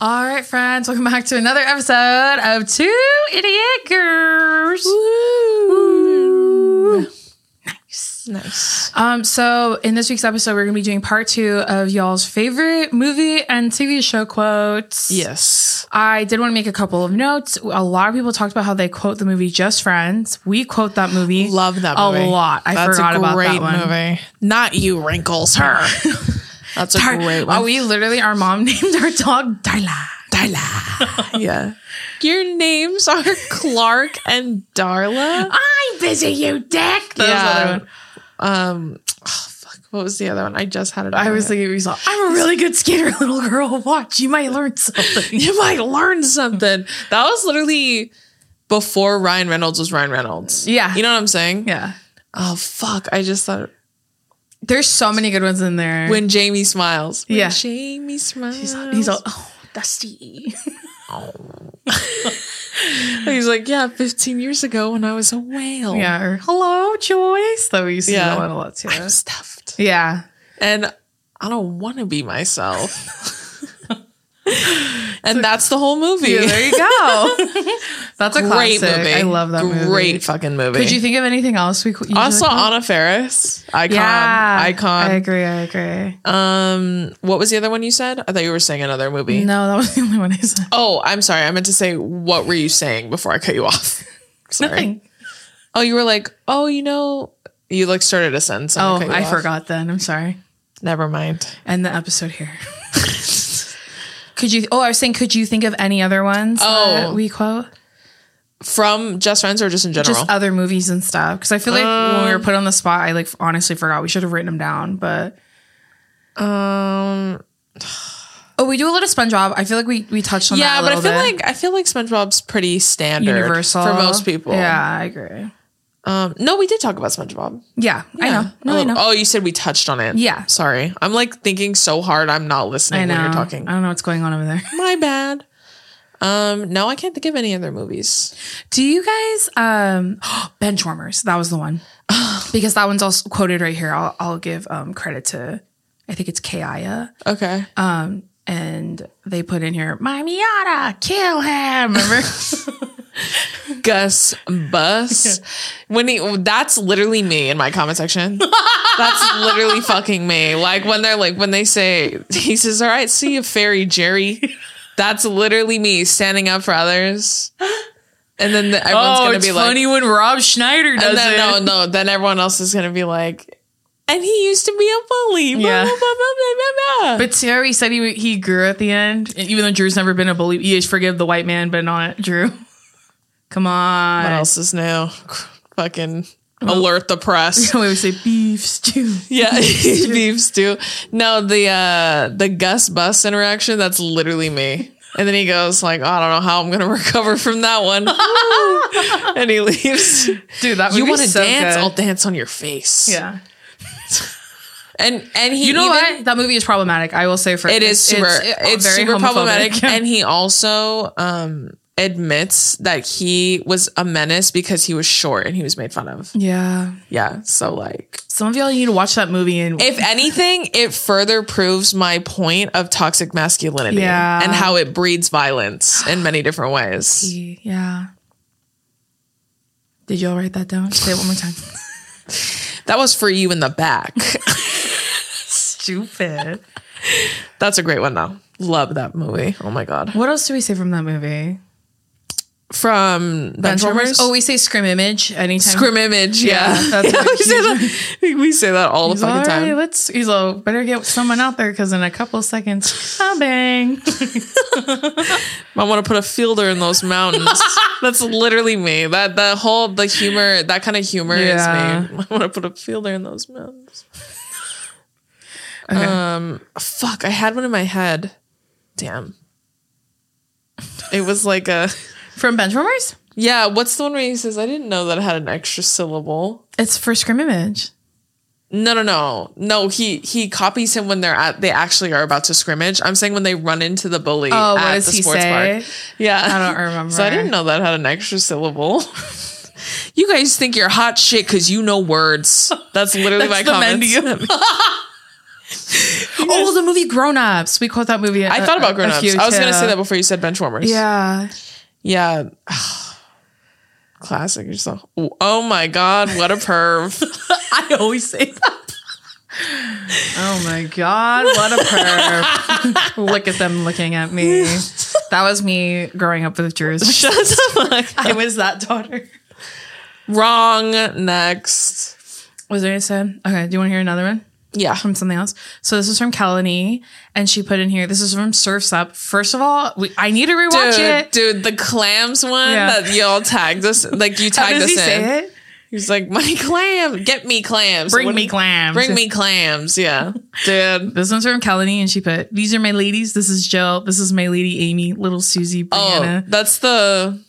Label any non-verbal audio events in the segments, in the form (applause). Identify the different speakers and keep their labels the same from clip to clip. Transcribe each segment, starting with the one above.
Speaker 1: All right, friends, welcome back to another episode of Two Idiot Girls. Woo. Nice.
Speaker 2: Nice.
Speaker 1: Um, so in this week's episode, we're gonna be doing part two of y'all's favorite movie and TV show quotes.
Speaker 2: Yes.
Speaker 1: I did want to make a couple of notes. A lot of people talked about how they quote the movie Just Friends. We quote that movie.
Speaker 2: Love that
Speaker 1: a
Speaker 2: movie.
Speaker 1: lot. I
Speaker 2: That's
Speaker 1: forgot
Speaker 2: a
Speaker 1: about
Speaker 2: great
Speaker 1: that one.
Speaker 2: movie. Not you, Wrinkles, her. (laughs) That's a
Speaker 1: Our-
Speaker 2: great
Speaker 1: oh,
Speaker 2: one.
Speaker 1: we literally our mom (laughs) named our dog Darla.
Speaker 2: Darla. yeah. Oh. Your names are (laughs) Clark and Darla.
Speaker 1: I'm busy, you dick. That was
Speaker 2: Ah, Yeah.
Speaker 1: another one.
Speaker 2: Um, oh, fuck. What was the other one? I just had it.
Speaker 1: I was thinking, we saw, I'm a really good skater, (laughs) little girl. Watch, you might learn something.
Speaker 2: (laughs) you might learn something. That was literally before Ryan Reynolds was Ryan Reynolds.
Speaker 1: Yeah.
Speaker 2: You know what I'm
Speaker 1: (laughs)
Speaker 2: saying?
Speaker 1: yeah.
Speaker 2: Oh, fuck. I just thought
Speaker 1: There's so many good ones in there.
Speaker 2: when Jamie smiles. When
Speaker 1: Yeah.
Speaker 2: Jamie smiles.
Speaker 1: he's all, oh, Dusty.
Speaker 2: He's like, yeah, 15 years ago when I was a whale.
Speaker 1: (laughs) Yeah. Or, Hello, Joyce. That we used to
Speaker 2: Yeah.
Speaker 1: yeah. that one a lot too.
Speaker 2: I'm stuffed.
Speaker 1: Yeah.
Speaker 2: And I don't want to be myself.
Speaker 1: (laughs)
Speaker 2: and that's the whole movie.
Speaker 1: Yeah, there you go. (laughs) That's a
Speaker 2: (laughs) Great
Speaker 1: classic.
Speaker 2: movie.
Speaker 1: I love that
Speaker 2: Great
Speaker 1: movie.
Speaker 2: fucking movie.
Speaker 1: Could you think of anything else? We qu- usually
Speaker 2: also
Speaker 1: quote?
Speaker 2: Anna Ferris, icon,
Speaker 1: yeah,
Speaker 2: icon.
Speaker 1: I agree. I agree.
Speaker 2: Um, what was the other one you said? I thought you were saying another movie.
Speaker 1: No, that was the only one I said.
Speaker 2: Oh, I'm sorry. I meant to say, what were you saying before I cut you off? (laughs) sorry. Oh, you were like, oh, you know, you like started a sentence. and
Speaker 1: Oh,
Speaker 2: cut you
Speaker 1: I
Speaker 2: off.
Speaker 1: forgot then. I'm sorry.
Speaker 2: Never mind.
Speaker 1: End the episode here. (laughs) could you? Oh, I was saying, could you think of any other ones? that
Speaker 2: Oh.
Speaker 1: we quote
Speaker 2: From Just Friends or just in general?
Speaker 1: just other movies and stuff because I feel like when we were put on the spot, I like honestly forgot. We should have written them down, but
Speaker 2: um,
Speaker 1: oh, we do a lot of SpongeBob. I feel like we we touched on that.
Speaker 2: yeah, but
Speaker 1: a
Speaker 2: I
Speaker 1: little
Speaker 2: feel
Speaker 1: bit.
Speaker 2: like I feel like SpongeBob's pretty standard
Speaker 1: universal
Speaker 2: for most people.
Speaker 1: Yeah, I agree.
Speaker 2: Um, no, we did talk about SpongeBob.
Speaker 1: Yeah, I know. No,
Speaker 2: oh,
Speaker 1: I know.
Speaker 2: Oh, you said we touched on it.
Speaker 1: Yeah.
Speaker 2: Sorry, I'm like thinking so hard. I'm not listening
Speaker 1: I know.
Speaker 2: when you're talking.
Speaker 1: I don't know what's going on over there. (laughs)
Speaker 2: My bad. Um, no, I can't think of any other movies.
Speaker 1: Do you guys um (gasps) benchwarmers? That was the
Speaker 2: (sighs)
Speaker 1: one because that one's also quoted right here. I'll I'll give um credit to I think it's Kaya.
Speaker 2: Okay.
Speaker 1: Um, and they put in here, my Miata, kill him. (laughs) Remember?
Speaker 2: Gus
Speaker 1: (laughs)
Speaker 2: Bus. When he, that's literally me in my comment section. That's literally fucking me. Like when they're like when they say he says, "All right, see you, fairy Jerry." That's literally me standing up for others. And then the, everyone's gonna be like,
Speaker 1: Oh, when Rob Schneider
Speaker 2: and then, no, no. Then everyone else is gonna be like, and he used to be a bully. Blah,
Speaker 1: Yeah.
Speaker 2: blah, blah, blah, blah, blah, blah.
Speaker 1: But Terry said he he grew at the end, and even though Drew's never been a bully. He is forgive the white man, but not Drew. (laughs) Come on. (laughs)
Speaker 2: what else is new? fucking alert
Speaker 1: (laughs)
Speaker 2: the press.
Speaker 1: we would say beef stew. (laughs)
Speaker 2: Yeah, (laughs) beef stew. No, the uh the Gus Bus interaction, that's literally me. And then he goes like, "Oh, I don't know how I'm gonna (laughs) recover from that
Speaker 1: (laughs)
Speaker 2: one. Woo. and he leaves.
Speaker 1: Dude, that would
Speaker 2: You
Speaker 1: be
Speaker 2: want to
Speaker 1: so
Speaker 2: dance?
Speaker 1: good.
Speaker 2: I'll dance on your face.
Speaker 1: yeah.
Speaker 2: And and he
Speaker 1: You know
Speaker 2: even-
Speaker 1: what? That movie is problematic. I will say for
Speaker 2: It is super. It's,
Speaker 1: very
Speaker 2: super
Speaker 1: homophobic. (laughs)
Speaker 2: problematic. and he also um admits that he was a menace because he was short and he was made fun of.
Speaker 1: yeah.
Speaker 2: Yeah. So like
Speaker 1: Some of y'all need to watch that movie and
Speaker 2: if anything, it further proves my point of toxic masculinity
Speaker 1: Yeah.
Speaker 2: and how it breeds violence in many different ways.
Speaker 1: Yeah. Did y'all write that down? Say it one more time.
Speaker 2: That was for you in the back. (laughs)
Speaker 1: Stupid.
Speaker 2: That's a great one though. Love that movie. Oh my god.
Speaker 1: What else do we say from that movie?
Speaker 2: From Benchwarmers.
Speaker 1: Oh, we say scrim image anytime.
Speaker 2: Scrim Image. Yeah,
Speaker 1: (laughs) Yeah, that's what
Speaker 2: (laughs) we, say that, we say that all the
Speaker 1: He's all
Speaker 2: fucking
Speaker 1: right,
Speaker 2: time.
Speaker 1: let's. He's all better get someone out there because in a couple of seconds, ah, bang.
Speaker 2: I want to put a fielder in those mountains.
Speaker 1: (laughs)
Speaker 2: That's literally me. That the whole the humor, that kind of humor
Speaker 1: Yeah.
Speaker 2: is me. (laughs) I want to put a fielder in those mountains.
Speaker 1: Okay.
Speaker 2: Um, fuck, I had one in my head. Damn. It was like a
Speaker 1: From Benchwarmers,
Speaker 2: yeah. What's the one where he says I didn't know that it had an extra syllable?
Speaker 1: it's for scrim image.
Speaker 2: No, no, no, no. He he copies him when they're at they actually are about to scrimmage. I'm saying when they run into the bully
Speaker 1: Oh, what
Speaker 2: at
Speaker 1: does
Speaker 2: the
Speaker 1: he
Speaker 2: sports
Speaker 1: say?
Speaker 2: park. Yeah,
Speaker 1: I don't remember.
Speaker 2: So I didn't know that had an extra syllable. you guys think you're hot shit because you know words. That's literally my
Speaker 1: (laughs) That's the
Speaker 2: comments.
Speaker 1: menu. Oh, the movie Grown Ups. We quote that movie.
Speaker 2: I
Speaker 1: (laughs)
Speaker 2: thought about grown ups. I was gonna say that before you said benchwarmers.
Speaker 1: Yeah.
Speaker 2: Yeah. (sighs) Classic yourself. Oh my god, what
Speaker 1: (laughs)
Speaker 2: a perv. (laughs)
Speaker 1: I always say that. (laughs) Oh my God, what a perv. Look at them looking at me. That was me growing up with Jews.
Speaker 2: (laughs) Shut the (laughs) fuck.
Speaker 1: I was that daughter.
Speaker 2: Wrong. Next.
Speaker 1: Was there a said? Okay, do you want to hear another one?
Speaker 2: Yeah.
Speaker 1: From something else. So this is from Kalani, and she put in here. This is from Surfs Up. First of all, we, I need to rewatch
Speaker 2: Dude,
Speaker 1: it.
Speaker 2: dude, the clams one
Speaker 1: Yeah.
Speaker 2: that y'all tagged us, like you
Speaker 1: How
Speaker 2: tagged
Speaker 1: does
Speaker 2: us
Speaker 1: he
Speaker 2: in.
Speaker 1: say it?
Speaker 2: He's like, my clam, get me clams.
Speaker 1: Bring
Speaker 2: What-
Speaker 1: me clams.
Speaker 2: Bring me
Speaker 1: (laughs)
Speaker 2: clams. Yeah, dude.
Speaker 1: This one's from Kalani, and she put, "These are my ladies. This is Jill. This is my lady Amy, little Susie,
Speaker 2: Oh,
Speaker 1: Brianna.
Speaker 2: that's the.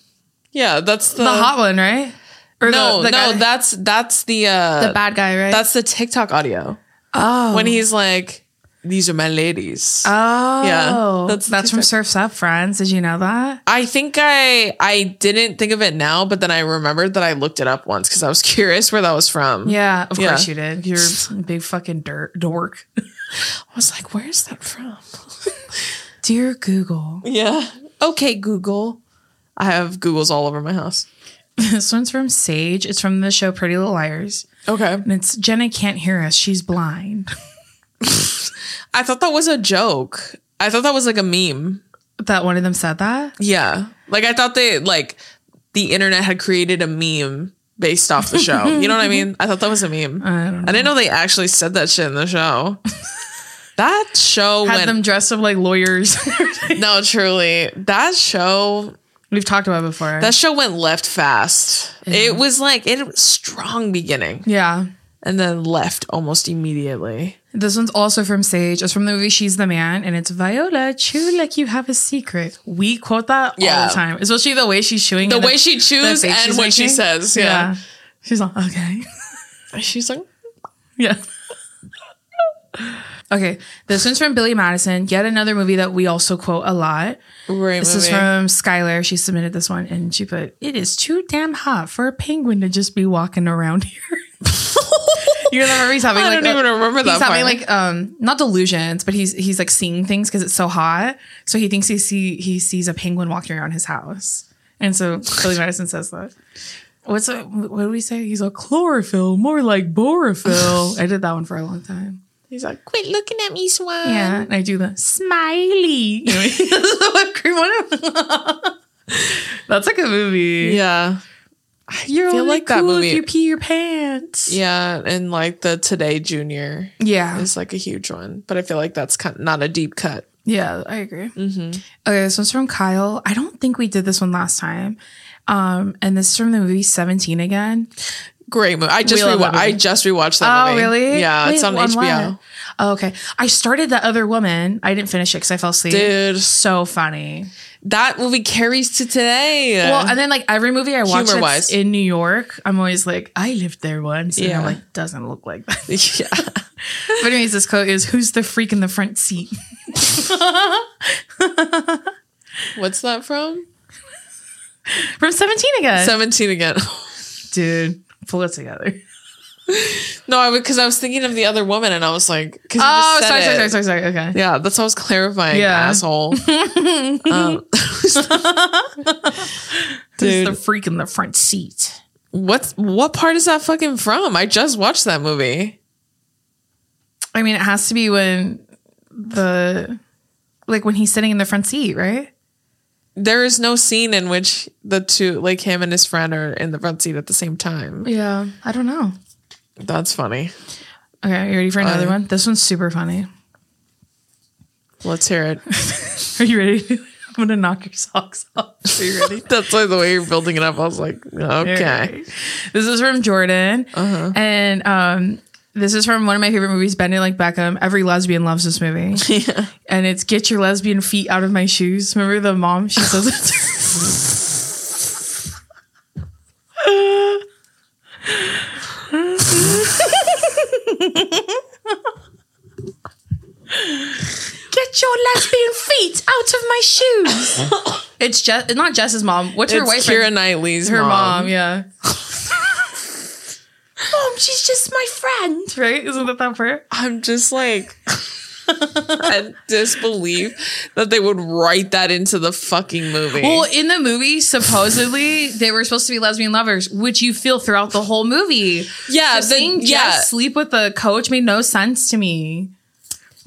Speaker 2: Yeah, that's the,
Speaker 1: the hot one, right? Or
Speaker 2: No,
Speaker 1: the, the
Speaker 2: no,
Speaker 1: guy-
Speaker 2: that's that's the uh
Speaker 1: the bad guy, right?
Speaker 2: that's the TikTok audio
Speaker 1: oh,
Speaker 2: when he's like, "These are my ladies."
Speaker 1: oh,
Speaker 2: Yeah,
Speaker 1: That's
Speaker 2: that's-
Speaker 1: that's from Surfs Up, friends. Did you know that?
Speaker 2: I think I I didn't think of it now, but then I remembered that I looked it up once because I was (laughs) curious where that was from.
Speaker 1: Yeah, of
Speaker 2: Yeah.
Speaker 1: course you did. You're a (laughs) big fucking dirt dork.
Speaker 2: I was like, "Where is that from?"
Speaker 1: Dear Google,
Speaker 2: Yeah. Okay, Google. I have Googles all over my house.
Speaker 1: (laughs) this one's from Sage. It's from the show Pretty Little Liars,
Speaker 2: Okay.
Speaker 1: and it's Jenna can't hear us. She's blind. (laughs)
Speaker 2: I thought that was a joke. I thought that was like a meme.
Speaker 1: that one of them said that.
Speaker 2: Yeah. Like I thought they like the internet had created a meme based off the show. you know what I (laughs) mean? I thought that was a meme.
Speaker 1: I don't know.
Speaker 2: I didn't know they actually said that shit in
Speaker 1: (laughs)
Speaker 2: the show. that show
Speaker 1: Had
Speaker 2: went
Speaker 1: them dressed up like lawyers.
Speaker 2: (laughs)
Speaker 1: (laughs)
Speaker 2: No, truly. That show
Speaker 1: We've talked about it before.
Speaker 2: that show went left fast. It was like it was strong beginning
Speaker 1: yeah.
Speaker 2: and then left almost immediately.
Speaker 1: This one's also from Sage. It's from the movie She's the Man, and it's Viola, chew like you have a secret. We quote that all
Speaker 2: Yeah.
Speaker 1: the time, especially the way she's chewing.
Speaker 2: The
Speaker 1: and
Speaker 2: way she chews
Speaker 1: the face
Speaker 2: and
Speaker 1: she's
Speaker 2: what she
Speaker 1: making.
Speaker 2: says. Yeah.
Speaker 1: She's like, okay. (laughs)
Speaker 2: She's like
Speaker 1: yeah. (laughs) Okay. This one's from Billy Madison, yet another movie that we also quote a lot.
Speaker 2: great
Speaker 1: This is
Speaker 2: movie.
Speaker 1: from Skylar. She submitted this one and she put, It is too damn hot for a penguin to just be walking around here. (laughs) you remember he's having
Speaker 2: I
Speaker 1: like
Speaker 2: don't even remember that
Speaker 1: He's having
Speaker 2: part.
Speaker 1: like um not delusions, but he's he's like seeing things because it's so hot. So he thinks he see he sees a penguin walking around his house. And so Billy Madison says that. What's a, what do we say? He's a chlorophyll, more like borophyll. I did that one for a long time.
Speaker 2: He's like, quit looking at me, Swan.
Speaker 1: Yeah, and I do the (laughs) smiley. You know, that's the whipped (laughs) cream one. (laughs) That's like a movie.
Speaker 2: Yeah.
Speaker 1: You're
Speaker 2: feel
Speaker 1: only
Speaker 2: like
Speaker 1: cool
Speaker 2: that movie-
Speaker 1: if you pee your pants.
Speaker 2: Yeah. And like the Today Junior
Speaker 1: yeah,
Speaker 2: is like a huge one, but I feel like that's kind not a deep cut.
Speaker 1: Yeah, I agree. Okay, this one's from Kyle. I don't think we did this one last time. Um, and this is from the movie Seventeen again.
Speaker 2: Great movie. I just
Speaker 1: We love
Speaker 2: rewa-
Speaker 1: that movie.
Speaker 2: I just rewatched that
Speaker 1: Oh,
Speaker 2: movie.
Speaker 1: really?
Speaker 2: Yeah, it's
Speaker 1: Wait,
Speaker 2: on
Speaker 1: what?
Speaker 2: HBO.
Speaker 1: Oh, okay, I started the other woman. I didn't finish it because I fell asleep.
Speaker 2: Dude.
Speaker 1: so funny.
Speaker 2: That movie carries to today.
Speaker 1: Well, and then like every movie I watch that's
Speaker 2: Humor-wise.
Speaker 1: in New York, I'm always like, I lived there once. And
Speaker 2: Yeah.
Speaker 1: I'm like, doesn't look like that. (laughs)
Speaker 2: (laughs) yeah.
Speaker 1: But anyways, this quote is who's the freak in the front seat? (laughs)
Speaker 2: What's that from?
Speaker 1: From 17 again.
Speaker 2: 17 again. (laughs)
Speaker 1: Dude, pull it together.
Speaker 2: no, I because I was thinking of the other woman and I was like, 'cause you
Speaker 1: Oh,
Speaker 2: just said
Speaker 1: sorry, sorry,
Speaker 2: it.
Speaker 1: sorry, sorry, sorry. Okay.
Speaker 2: Yeah, that's what I was clarifying,
Speaker 1: Yeah. (laughs)
Speaker 2: asshole. um,
Speaker 1: Who's the
Speaker 2: dude,
Speaker 1: freak in the front seat?
Speaker 2: What's what part is that fucking from? I just watched that movie.
Speaker 1: I mean, it has to be when the like when he's sitting in the front seat, right?
Speaker 2: There is no scene in which the two, like him and his friend, are in the front seat at the same time.
Speaker 1: Yeah, I don't know.
Speaker 2: That's funny.
Speaker 1: Okay, you ready for another
Speaker 2: Uh,
Speaker 1: one? This one's super funny. (laughs)
Speaker 2: Let's hear it. (laughs)
Speaker 1: Are you ready? (laughs) I'm gonna knock your socks off. Are you
Speaker 2: (laughs)
Speaker 1: ready?
Speaker 2: That's like the way you're building it up. I was like, okay.
Speaker 1: This is from Jordan, and um, this is from one of my favorite movies, Bending Like Beckham. Every lesbian loves this (laughs) movie, and it's "Get Your Lesbian Feet Out of My Shoes." Remember the mom? She says it. Get your lesbian feet out of my shoes. it's just not Jess's mom. What's her
Speaker 2: It's
Speaker 1: wife's
Speaker 2: Kira Knightley's
Speaker 1: her
Speaker 2: mom.
Speaker 1: mom, yeah. mom, she's just my friend, right? Isn't that that part?
Speaker 2: (laughs) I'm just like (laughs) I disbelieve that they would write that into the fucking movie.
Speaker 1: Well, in the movie, supposedly they were supposed to be lesbian lovers, which you feel throughout the whole movie.
Speaker 2: yeah,
Speaker 1: So
Speaker 2: the-
Speaker 1: seeing Jess
Speaker 2: yeah.
Speaker 1: sleep with a coach made no sense to me,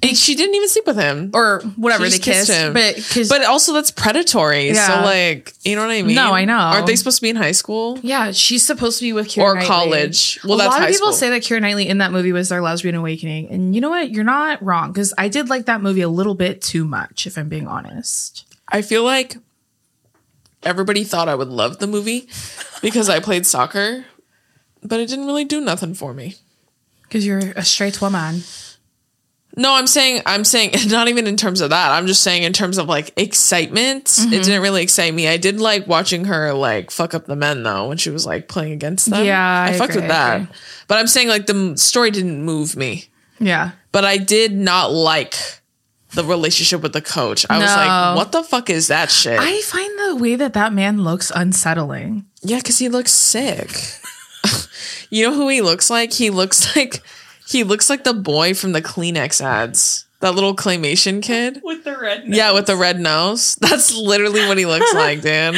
Speaker 2: And she didn't even sleep with him.
Speaker 1: or whatever
Speaker 2: She
Speaker 1: they
Speaker 2: just
Speaker 1: kissed,
Speaker 2: kissed him.
Speaker 1: but because
Speaker 2: but also that's predatory.
Speaker 1: Yeah.
Speaker 2: So like, you know what I mean?
Speaker 1: No, I know.
Speaker 2: Aren't they supposed to be in high school?
Speaker 1: yeah, she's supposed to be with Keira
Speaker 2: Or
Speaker 1: Knightley.
Speaker 2: college. Well, that's
Speaker 1: a lot
Speaker 2: high
Speaker 1: of people
Speaker 2: school.
Speaker 1: say that Keira Knightley in that movie was their lesbian awakening, and you know what? You're not wrong because I did like that movie a little bit too much, if I'm being honest.
Speaker 2: I feel like everybody thought I would love the movie because I played soccer, but it didn't really do nothing for me.
Speaker 1: Because you're a straight woman.
Speaker 2: No, I'm saying I'm saying (laughs) not even in terms of that. I'm just saying in terms of like excitement.
Speaker 1: Mm-hmm.
Speaker 2: It didn't really excite me. I did like watching her like fuck up the men though when she was like playing against them.
Speaker 1: Yeah,
Speaker 2: I,
Speaker 1: I
Speaker 2: fucked
Speaker 1: agree,
Speaker 2: with
Speaker 1: I
Speaker 2: that.
Speaker 1: agree.
Speaker 2: But I'm saying like the m- story didn't move me.
Speaker 1: Yeah.
Speaker 2: but I did not like the relationship with the coach. I was
Speaker 1: No.
Speaker 2: like, what the fuck is that shit?
Speaker 1: I find the way that that man looks unsettling.
Speaker 2: yeah, because he looks sick. (laughs) you know who he looks like? He looks like he looks like the boy from the Kleenex ads. That little claymation kid.
Speaker 1: With the red
Speaker 2: Yeah, with the red nose. (laughs) That's literally what he looks like,
Speaker 1: (laughs)
Speaker 2: Dan.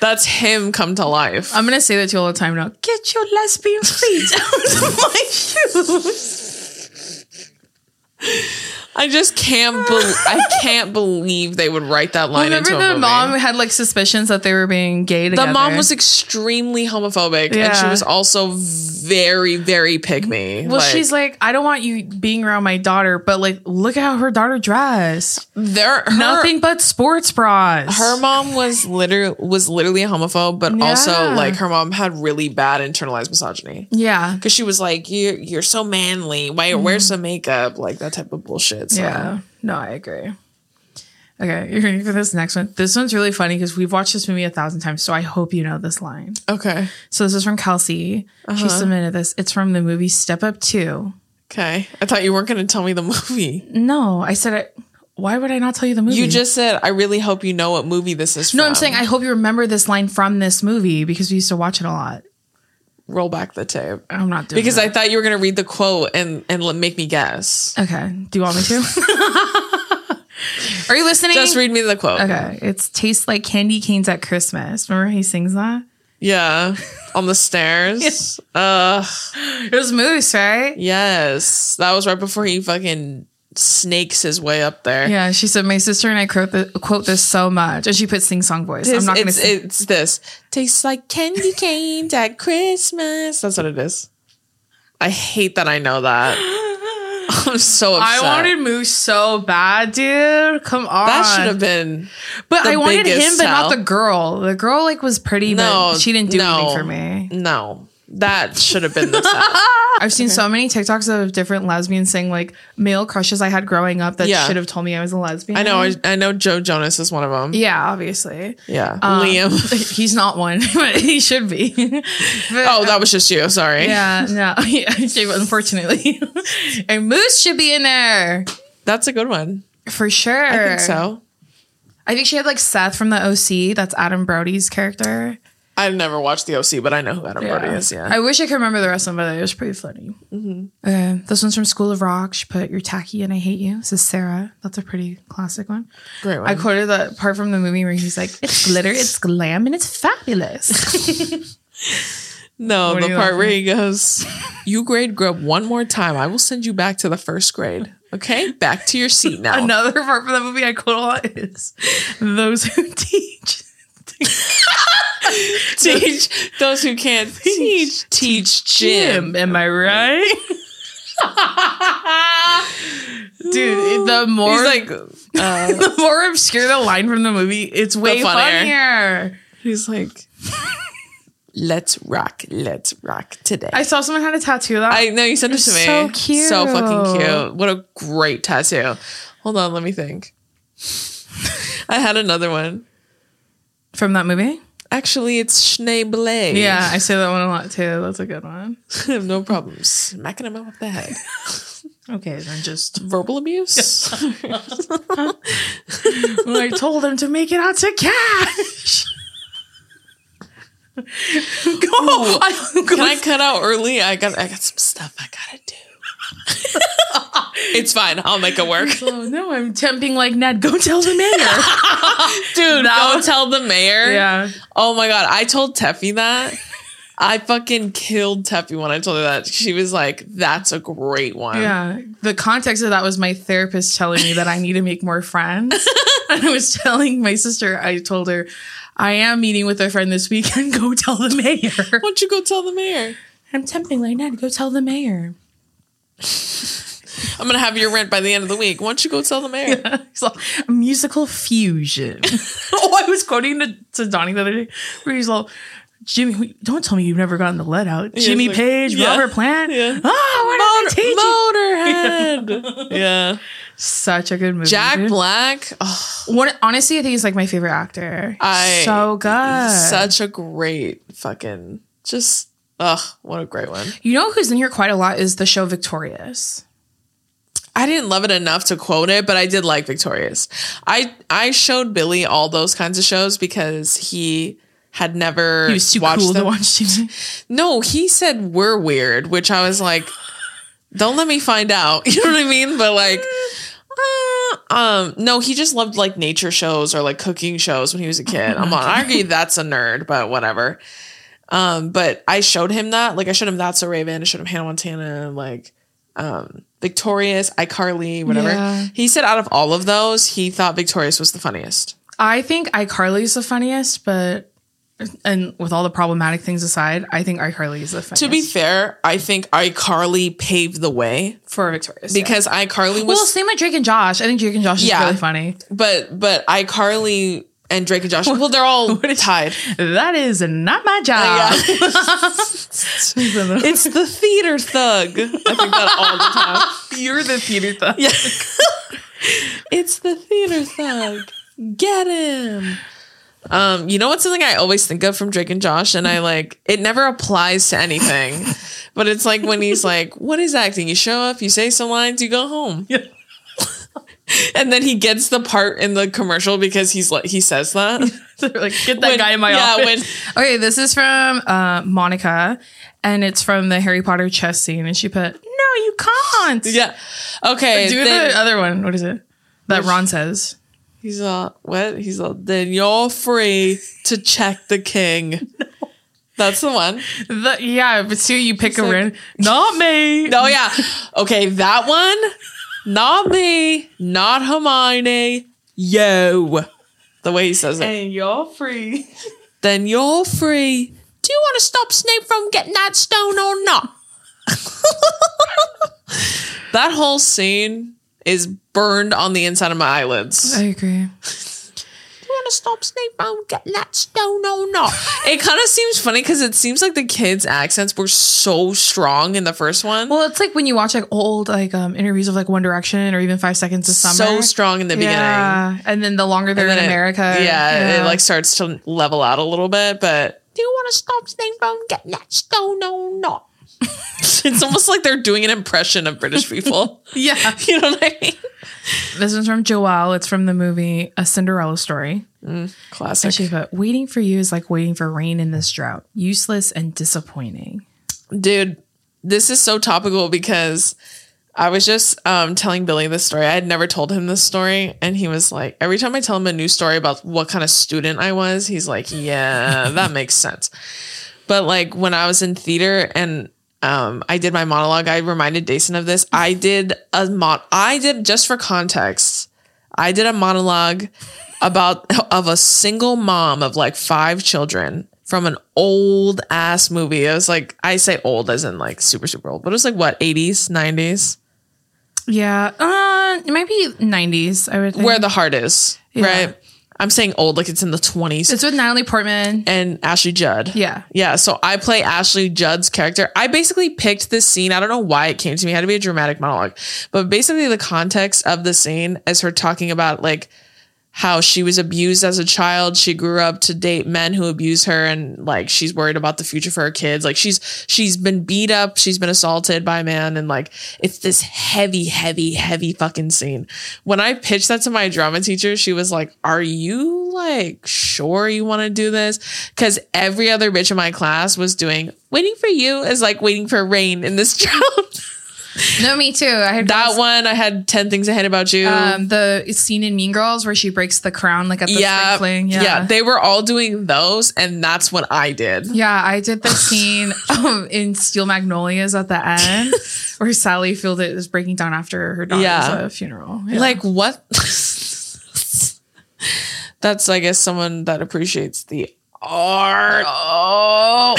Speaker 2: That's him come to life.
Speaker 1: I'm going to say that to you all the time now. Get your lesbian feet (laughs) out of my shoes.
Speaker 2: I just can't bel I can't believe they would write that line
Speaker 1: Remember
Speaker 2: into
Speaker 1: the
Speaker 2: a movie.
Speaker 1: mom had like suspicions that they were being gay together?
Speaker 2: The mom was extremely homophobic, and she
Speaker 1: Yeah.
Speaker 2: was also very, very pick me.
Speaker 1: Well, she's like, I don't want you being around my daughter, but like, look at how her daughter dressed.
Speaker 2: there. Her,
Speaker 1: Nothing but sports bras.
Speaker 2: Her mom was liter was literally a homophobe, but also
Speaker 1: Yeah.
Speaker 2: like her mom had really bad internalized misogyny
Speaker 1: yeah.
Speaker 2: because she was like, "You're you're so manly. Why wear some makeup? Like that type of bullshit."
Speaker 1: Mm-hmm.
Speaker 2: So.
Speaker 1: Yeah. No, I agree. Okay, (laughs) you're ready for this next one. This one's really funny because we've watched this movie a thousand times, so I hope you know this line.
Speaker 2: Okay.
Speaker 1: So this is from Kelsey. She submitted this. It's from the movie Step Up 2.
Speaker 2: Okay. I thought you weren't going to tell me the (laughs) movie.
Speaker 1: No, I said it. Why would I not tell you the movie?
Speaker 2: You just said, "I really hope you know what movie this is." From.
Speaker 1: Mm-hmm. No, I'm saying I hope you remember this line from this movie because we used to watch it a lot.
Speaker 2: roll back the tape
Speaker 1: I'm not doing
Speaker 2: because
Speaker 1: that.
Speaker 2: I thought you were going to read the quote and and let- make me guess.
Speaker 1: Okay. Do you want me to?
Speaker 2: (laughs)
Speaker 1: Are you listening?
Speaker 2: Just read me the quote.
Speaker 1: Okay. It's tastes like candy canes at Christmas. Remember he sings that?
Speaker 2: Yeah, on the stairs.
Speaker 1: (laughs)
Speaker 2: Uh,
Speaker 1: It was Moose, right?
Speaker 2: yes, that was right before he fucking snakes his way up there.
Speaker 1: Yeah, she said, My sister and I quote, the, quote this so much. And she put sing song voice.
Speaker 2: It's,
Speaker 1: I'm not going to
Speaker 2: it's,
Speaker 1: sing.
Speaker 2: it's this tastes like candy canes at Christmas. That's what it is. I hate that I
Speaker 1: (gasps)
Speaker 2: know that. I'm so upset.
Speaker 1: I wanted Moose so bad, dude. Come on.
Speaker 2: that should have been.
Speaker 1: But
Speaker 2: the
Speaker 1: I wanted
Speaker 2: biggest
Speaker 1: him, but not
Speaker 2: sell.
Speaker 1: the girl. The girl like was pretty,
Speaker 2: No,
Speaker 1: but she didn't do
Speaker 2: no.
Speaker 1: anything for me.
Speaker 2: No, that should have been the sell.
Speaker 1: (laughs) I've seen so many TikToks of different lesbians saying like male crushes I had growing up that
Speaker 2: Yeah.
Speaker 1: should have told me I was a lesbian.
Speaker 2: I know. I, I know. Joe Jonas is one of them.
Speaker 1: yeah, obviously.
Speaker 2: Yeah,
Speaker 1: Um,
Speaker 2: Liam.
Speaker 1: (laughs)
Speaker 2: (laughs)
Speaker 1: He's not one, but he should be. (laughs) But, uh,
Speaker 2: (laughs) Oh, that was just you. Sorry.
Speaker 1: yeah, no, (laughs) yeah, unfortunately, (laughs) and Moose should be in there
Speaker 2: that's a good one.
Speaker 1: for sure.
Speaker 2: I think so.
Speaker 1: I think she had like Seth from the OC. That's Adam Brody's character.
Speaker 2: I've never watched the OC, but I know who Adam Brody is. Yeah. Mm-hmm.
Speaker 1: I wish I could remember the rest of them, but it was pretty funny. Uh, this one's from School of Rock. She put "You're tacky and I hate you." This is Sarah. That's a pretty classic one.
Speaker 2: (laughs) Great one.
Speaker 1: I quoted that part from the movie where he's like, "It's glitter, it's glam, and it's
Speaker 2: (laughs)
Speaker 1: fabulous."
Speaker 2: no,
Speaker 1: What
Speaker 2: the
Speaker 1: are you
Speaker 2: part where he (laughs) goes, "You grade grub one more time, I will send you back to the first grade." Okay, back to your seat (laughs) now.
Speaker 1: Another part from the movie I quote a lot is, "Those who teach."
Speaker 2: teach those who can't teach. Teach Jim.
Speaker 1: Jim, am I
Speaker 2: (laughs)
Speaker 1: right? Dude, the more
Speaker 2: He's like, uh,
Speaker 1: (laughs) the more obscure the line from the movie, it's way
Speaker 2: funnier.
Speaker 1: funnier.
Speaker 2: he's like, let's rock, let's rock today.
Speaker 1: I saw someone had a tattoo of that.
Speaker 2: I know you sent it to me.
Speaker 1: so cute.
Speaker 2: So fucking cute. What a great tattoo. Hold on, let me think. I had another one.
Speaker 1: from that movie.
Speaker 2: Actually, it's Schneeblade.
Speaker 1: Yeah, I say that one a lot too. That's a good one.
Speaker 2: I have (laughs) no problems smacking him off the head.
Speaker 1: Okay, then (laughs) just
Speaker 2: Verbal (laughs) abuse.
Speaker 1: I told him to make it out to cash. (laughs) go, I, go
Speaker 2: Can
Speaker 1: (laughs)
Speaker 2: I cut out early? I got I got some stuff I gotta do. it's fine. I'll make it work.
Speaker 1: (laughs) Oh no, I'm temping like Ned. Go tell the mayor.
Speaker 2: Dude, go tell the mayor.
Speaker 1: (laughs) yeah,
Speaker 2: Oh my god, I told Teffy that. I fucking killed Teffy when I told her that. She was like, "That's a great one."
Speaker 1: yeah. The context of that was my therapist telling me that I need to make more (laughs) friends. and I was telling my sister. I told her I am meeting with a friend this weekend. (laughs) Go tell the mayor.
Speaker 2: Why don't you go tell the mayor?
Speaker 1: I'm temping like Ned. Go tell the mayor.
Speaker 2: I'm gonna have your rent by the end of the week. Why don't you go tell the mayor?
Speaker 1: It's like a musical
Speaker 2: (laughs)
Speaker 1: fusion. (laughs) oh, I was quoting to, to Donnie the other day where he's like, Jimmy, don't tell me you've never gotten the let out. Jimmy
Speaker 2: like-
Speaker 1: Page,
Speaker 2: yeah.
Speaker 1: Robert Plant.
Speaker 2: Yeah.
Speaker 1: Oh, what did they teach you? (laughs)
Speaker 2: Motorhead. yeah.
Speaker 1: Such a good movie.
Speaker 2: Jack
Speaker 1: dude.
Speaker 2: Black. Oh,
Speaker 1: One, honestly, I think he's like my favorite actor.
Speaker 2: I-
Speaker 1: so good.
Speaker 2: such a great fucking just. Ugh, what a great one.
Speaker 1: you know who's in here quite a lot is the show Victorious.
Speaker 2: I didn't love it enough to quote it, but I did like Victorious. I I showed Billy all those kinds of shows because he had never
Speaker 1: He was too
Speaker 2: watched
Speaker 1: cool
Speaker 2: them.
Speaker 1: to watch TV.
Speaker 2: No, he said we're weird, which I was like, don't let me find out. (laughs) You know what I mean? But like, uh, um, no, he just loved like nature shows or like cooking shows when he was a kid. I'm not arguing that's a nerd, but whatever. Um, but I showed him that, like I showed him That's a Raven, I showed him Hannah Montana, like um Victorious, iCarly, whatever.
Speaker 1: Yeah.
Speaker 2: He said out of all of those, he thought Victorious was the funniest.
Speaker 1: I think iCarly is the funniest, but and with all the problematic things aside, I think iCarly is the funniest.
Speaker 2: To be fair, I think iCarly paved the way
Speaker 1: for Victorious. yeah.
Speaker 2: because iCarly was
Speaker 1: well, same with Drake and Josh. I think Drake and Josh is
Speaker 2: Yeah.
Speaker 1: really funny.
Speaker 2: But but iCarly and Drake and Josh, well, they're (laughs) all tied. Uh,
Speaker 1: That is not my job. (laughs)
Speaker 2: (laughs) it's the theater thug. I think that all the time.
Speaker 1: You're the (laughs) theater thug.
Speaker 2: Yeah. it's the (laughs) theater thug. Get him. Um, you know what's something I always think of from Drake and Josh, and I like it never applies to (laughs) anything, but it's like when he's like, "What is acting? You show up, you say some lines, you go home."
Speaker 1: (laughs) Yeah.
Speaker 2: and then he gets the part in the commercial because he's like he says that. (laughs)
Speaker 1: They're like, get that
Speaker 2: When-
Speaker 1: guy in my
Speaker 2: yeah,
Speaker 1: office.
Speaker 2: when-
Speaker 1: okay, this is from uh, Monica, and it's from the Harry Potter chess scene, and she put, "No, you can't."
Speaker 2: Yeah. Okay.
Speaker 1: Do
Speaker 2: then-
Speaker 1: the other one. What is it? That Ron says.
Speaker 2: He's all what? He's all then you're free to check
Speaker 1: (laughs)
Speaker 2: the king. That's the one.
Speaker 1: The, yeah, but see, you pick a
Speaker 2: like-
Speaker 1: win. Not me.
Speaker 2: Oh yeah. Okay, that one. Not me. Not Hermione. Yo. The way he says it.
Speaker 1: And you're free. (laughs)
Speaker 2: Then you're free. Do you want to stop Snape from getting that stone or not? (laughs) that whole scene is burned on the inside of my eyelids.
Speaker 1: I agree.
Speaker 2: want to stop Snape from getting that stone or not? (laughs) It kind of seems funny because it seems like the kids' accents were so strong in the first one.
Speaker 1: Well, it's like when you watch like old like um interviews of like One Direction or even Five Seconds of Summer.
Speaker 2: so strong in the beginning.
Speaker 1: Yeah. And then the longer they're
Speaker 2: And
Speaker 1: in
Speaker 2: then it-
Speaker 1: America.
Speaker 2: yeah, it like starts to level out a little bit, but do you want to stop Snape from getting that stone or not? (laughs) it's almost like they're doing an impression of British
Speaker 1: (laughs)
Speaker 2: people.
Speaker 1: (laughs) Yeah.
Speaker 2: You know what I mean?
Speaker 1: This one's from Joelle. It's from the movie A Cinderella Story.
Speaker 2: Classic.
Speaker 1: She put, waiting for you is like waiting for rain in this drought. Useless and disappointing.
Speaker 2: Dude, this is so topical because I was just um, telling Billy this story. I had never told him this story. And he was like, every time I tell him a new story about what kind of student I was, he's like, yeah, that makes sense. But like when I was in theater and um, I did my monologue, I reminded Dason of this. I did a mod, I did just for context, I did a monologue about of a single mom of like five children from an old ass movie. It was like I say old as in like super super old, but it was like what eighties, nineties,
Speaker 1: Yeah. Uh, it might be 90s, I would think.
Speaker 2: where the heart is,
Speaker 1: Yeah.
Speaker 2: right? I'm saying old like it's in the twenties.
Speaker 1: it's with Natalie Portman.
Speaker 2: and Ashley Judd.
Speaker 1: Yeah.
Speaker 2: Yeah. So I play Ashley Judd's character. I basically picked this scene. I don't know why it came to me. It had to be a dramatic monologue. But basically, the context of the scene is her talking about like how she was abused as a child. She grew up to date men who abuse her and like she's worried about the future for her kids. Like she's she's been beat up, she's been assaulted by a man and like it's this heavy heavy heavy fucking scene. When I pitched that to my drama teacher, she was like, "Are you like sure you want to do this?" Cuz every other bitch in my class was doing waiting for you is like waiting for rain in this (laughs) drought.
Speaker 1: (laughs) No, me too. I had
Speaker 2: that one I had 10 things I hate about you.
Speaker 1: um, the scene in Mean Girls where she breaks the crown like at the
Speaker 2: yeah,
Speaker 1: sprinkling.
Speaker 2: yeah.
Speaker 1: Yeah. Yeah,
Speaker 2: they were all doing those, and that's what I did.
Speaker 1: I did the (laughs) scene um, in Steel Magnolias at the (laughs) end where Sally Field is breaking down after her daughter's
Speaker 2: Yeah.
Speaker 1: uh, funeral. Yeah.
Speaker 2: Like what? that's I guess someone that appreciates the art.
Speaker 1: Oh,